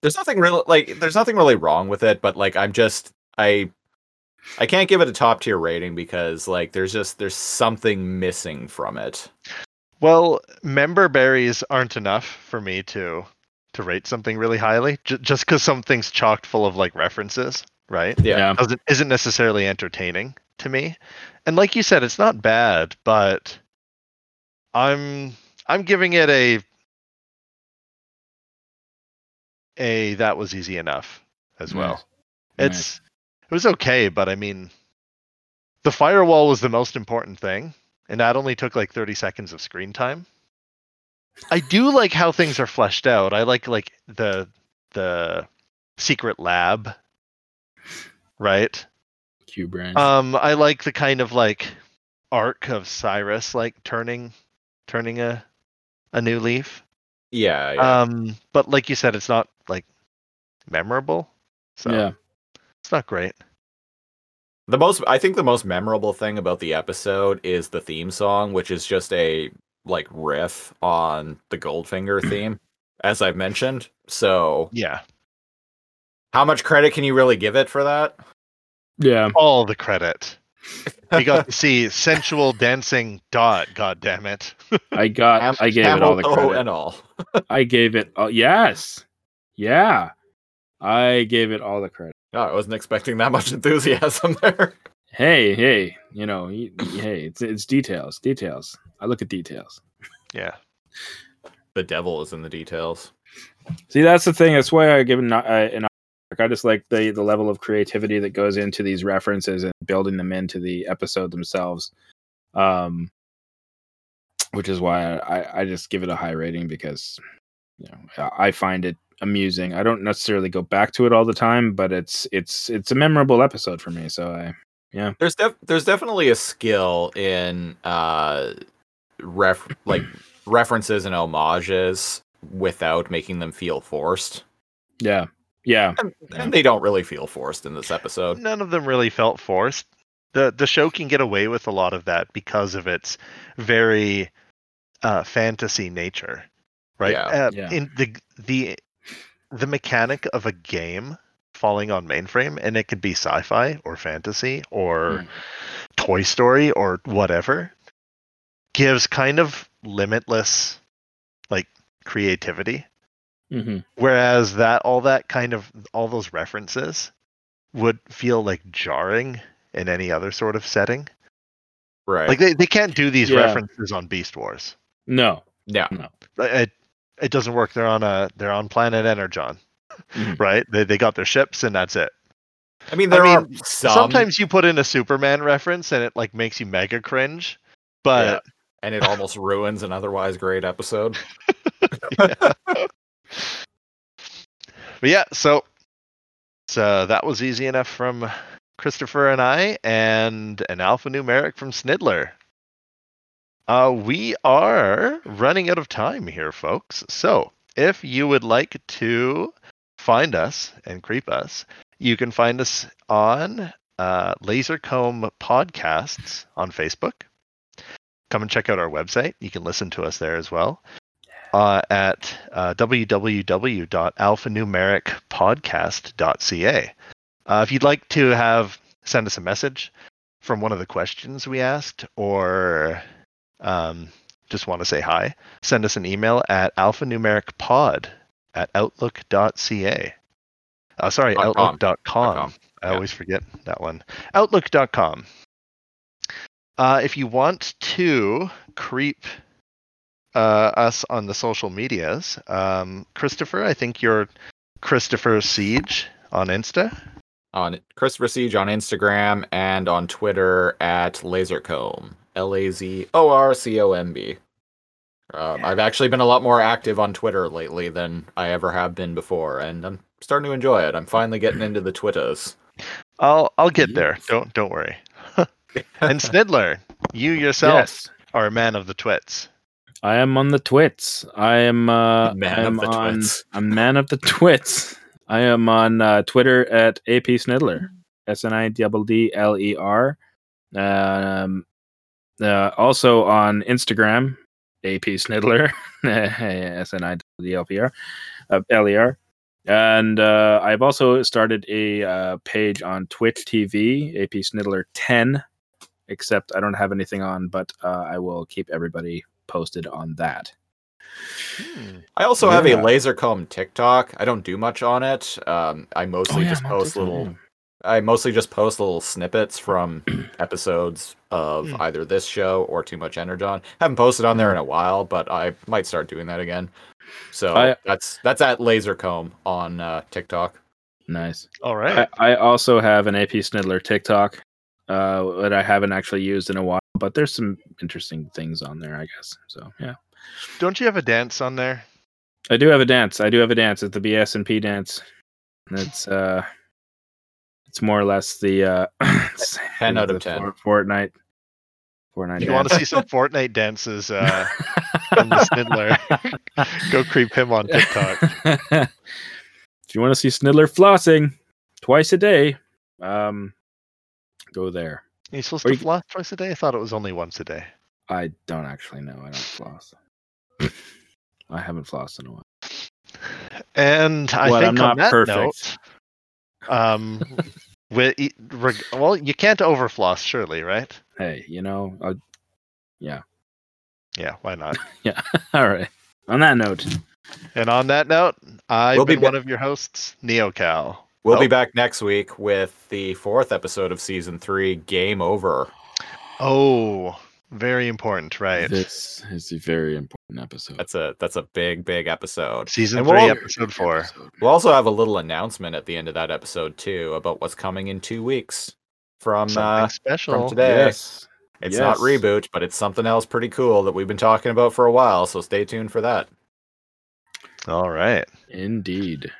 There's nothing real like there's nothing really wrong with it, but like I'm just I I can't give it a top tier rating because like there's just there's something missing from it. Well, member berries aren't enough for me to to rate something really highly. J- just because something's chocked full of like references, right? Yeah. doesn't isn't necessarily entertaining to me. And like you said, it's not bad, but I'm I'm giving it a a that was easy enough as well. Nice. It's it was okay, but I mean the firewall was the most important thing, and that only took like 30 seconds of screen time. I do like how things are fleshed out. I like like the the secret lab, right? Q brand. uh, Um, I like the kind of like arc of Cyrus, like turning, turning a, a new leaf. Yeah, yeah. Um, but like you said, it's not like memorable, so yeah. it's not great. The most I think the most memorable thing about the episode is the theme song, which is just a like riff on the Goldfinger theme, as I've mentioned. So Yeah, how much credit can you really give it for that? Yeah. all the credit. We got to see sensual dancing dot. God damn it! I got Ham- I gave it all the Hamilton credit. and all. I gave it all yes. Yeah. I gave it all the credit. No, I wasn't expecting that much enthusiasm there. hey, hey, you know, y- y- hey, it's it's details, details. I look at details. Yeah, The devil is in the details. See, that's the thing. That's why I give it an, uh, an I just like the the level of creativity that goes into these references and building them into the episode themselves. Um, which is why I, I- I just give it a high rating because you know I- I find it amusing. I don't necessarily go back to it all the time, but it's it's it's a memorable episode for me. So I There's def- there's definitely a skill in uh ref like references and homages without making them feel forced. yeah yeah And, and they don't really feel forced in this episode. none of them really felt forced. The the show can get away with a lot of that because of its very uh, fantasy nature, right? Yeah. Uh, Yeah. In the the the mechanic of a game falling on mainframe, and it could be sci-fi or fantasy or Mm. Toy Story or whatever, gives kind of limitless like creativity hmm whereas that all that kind of all those references would feel like jarring in any other sort of setting Right. like they, they can't do these Yeah. references on beast wars no yeah. Like, it, it doesn't work they're on a they're on planet energon Mhm. right they, they got their ships and that's it I mean there I are some sometimes you put in a superman reference and it like makes you mega cringe but and it almost ruins an otherwise great episode. But yeah, so so that was easy enough from Christopher and I, and an alphanumeric from Snidler. Uh, we are running out of time here, folks. So if you would like to find us and creep us, you can find us on uh, Lasercomb Podcasts on Facebook. Come and check out our website. You can listen to us there as well uh, at uh, www.alphanumericpodcast.ca. Uh, if you'd like to have send us a message from one of the questions we asked, or um, just want to say hi, send us an email at alphanumericpod at outlook.ca. Uh, sorry, Dot com. outlook.com. com, I yeah. always forget that one. Outlook.com. Uh, if you want to creep uh, us on the social medias. Um, Christopher, I think you're Christopher Siege on Insta. on Christopher Siege on Instagram and on Twitter at Lasercomb. L A Z O R C O M B. Um, I've actually been a lot more active on Twitter lately than I ever have been before, and I'm starting to enjoy it. I'm finally getting into the Twitters. I'll I'll get there. Don't don't worry. and Snidler, you yourself yes are a man of the twits. I am on the twits. I am uh, Man I of am the on, twits. A man of the twits. I am on uh, Twitter at AP Snidler. S N I D D L E R. Um, uh, also on Instagram, AP Snidler. S N I D L P R. Uh, L E R. And uh, I've also started a uh, page on Twitch TV, AP Snidler 10. Except I don't have anything on, but uh, I will keep everybody posted on that. I also have a Yeah. Lasercomb TikTok. I don't do much on it. Um, I mostly just post little I mostly just post little snippets from episodes of Mm. either this show or Too Much Energon. Haven't posted on there in a while, but I might start doing that again. So I- that's that's at Lasercomb on uh, TikTok. Nice. All I, right. I also have an AP Snidler TikTok uh, that I haven't actually used in a while, but there's some interesting things on there, I guess. So yeah, Don't you have a dance on there? I do have a dance. I do have a dance. It's the BS and P dance. And It's uh, it's more or less the uh, it's- Ten out of the ten. Fort- Fortnite. Fortnite. If you want to dance. see some Fortnite dances uh, from the Snidler, go creep him on TikTok. if you want to see Snidler flossing twice a day, um, go there. Are you supposed Or to you- floss twice a day? I thought it was only once a day. I don't actually know. I don't floss. I haven't flossed in a while. And I Well, think I'm on not that perfect. note, um, with, reg- well, you can't overfloss, surely, right? Hey, you know, uh, Yeah, why not? all right. On that note, And on that note, I've We'll be been one ba- of your hosts, NeoCal. We'll be Oh. back next week with the fourth episode of season three, Game Over. Oh, very important, right? this is a very important episode. That's a that's a big, big episode. Season And three, we'll- episode four. We'll also have a little announcement at the end of that episode too about what's coming in two weeks from Something uh, special. from today. Yes. It's not Yes. reboot, but it's something else pretty cool that we've been talking about for a while. So stay tuned for that. All right. Indeed.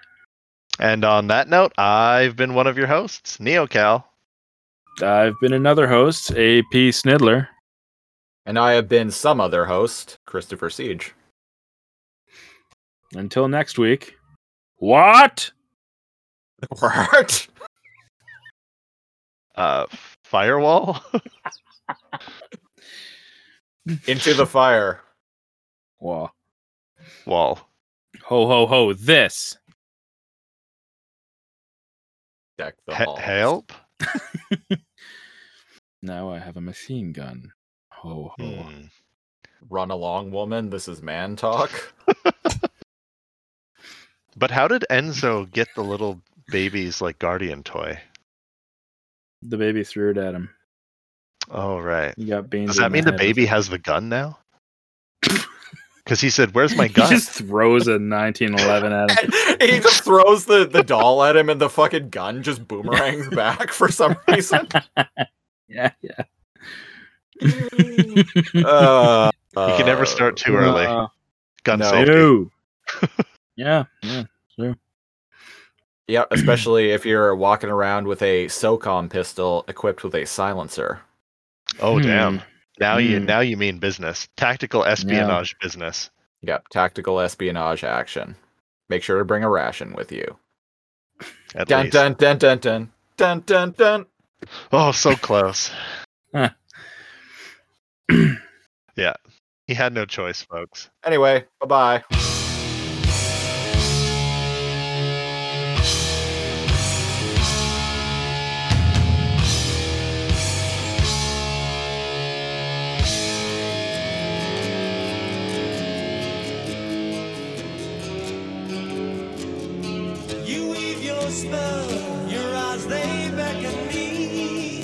And on that note, I've been one of your hosts, NeoCal. I've been another host, AP Snidler. And I have been some other host, Christopher Siege. Until next week. What? What? Uh, firewall. Into the fire. Wow. Wall. Ho ho ho. This. Deck the He- halls. help. Now I have a machine gun. Ho ho. Hmm. Run along, woman. This is man talk. But how did Enzo get the little baby's like guardian toy? The baby threw it at him. Oh right. He got beans. Does in that mean the head. baby has the gun now? Because he said, "Where's my He gun?" just throws a 1911 at him. he just throws the, the doll at him and the fucking gun just boomerangs back for some reason. Yeah, yeah. Uh, you can never start too early. Uh, gun no. safety. ew. yeah, yeah. Yeah, especially if you're walking around with a SOCOM pistol equipped with a silencer. Oh damn! Now you Hmm. now you mean business, tactical espionage business. Yep, tactical espionage action. Make sure to bring a ration with you. At Dun least. dun dun dun dun dun dun dun. Oh, so close. Huh. yeah, he had no choice, folks. Anyway, bye bye. You weave your spell, your eyes they beckon me.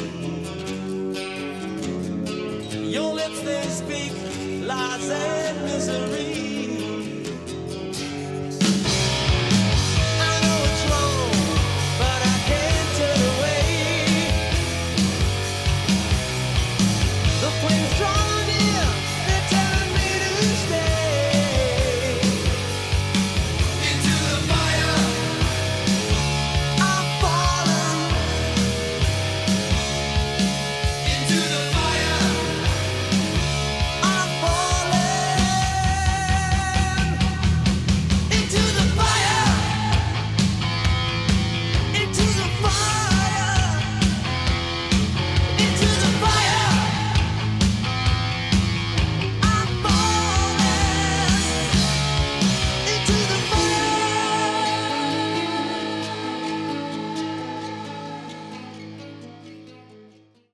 Your lips they speak lies and misery.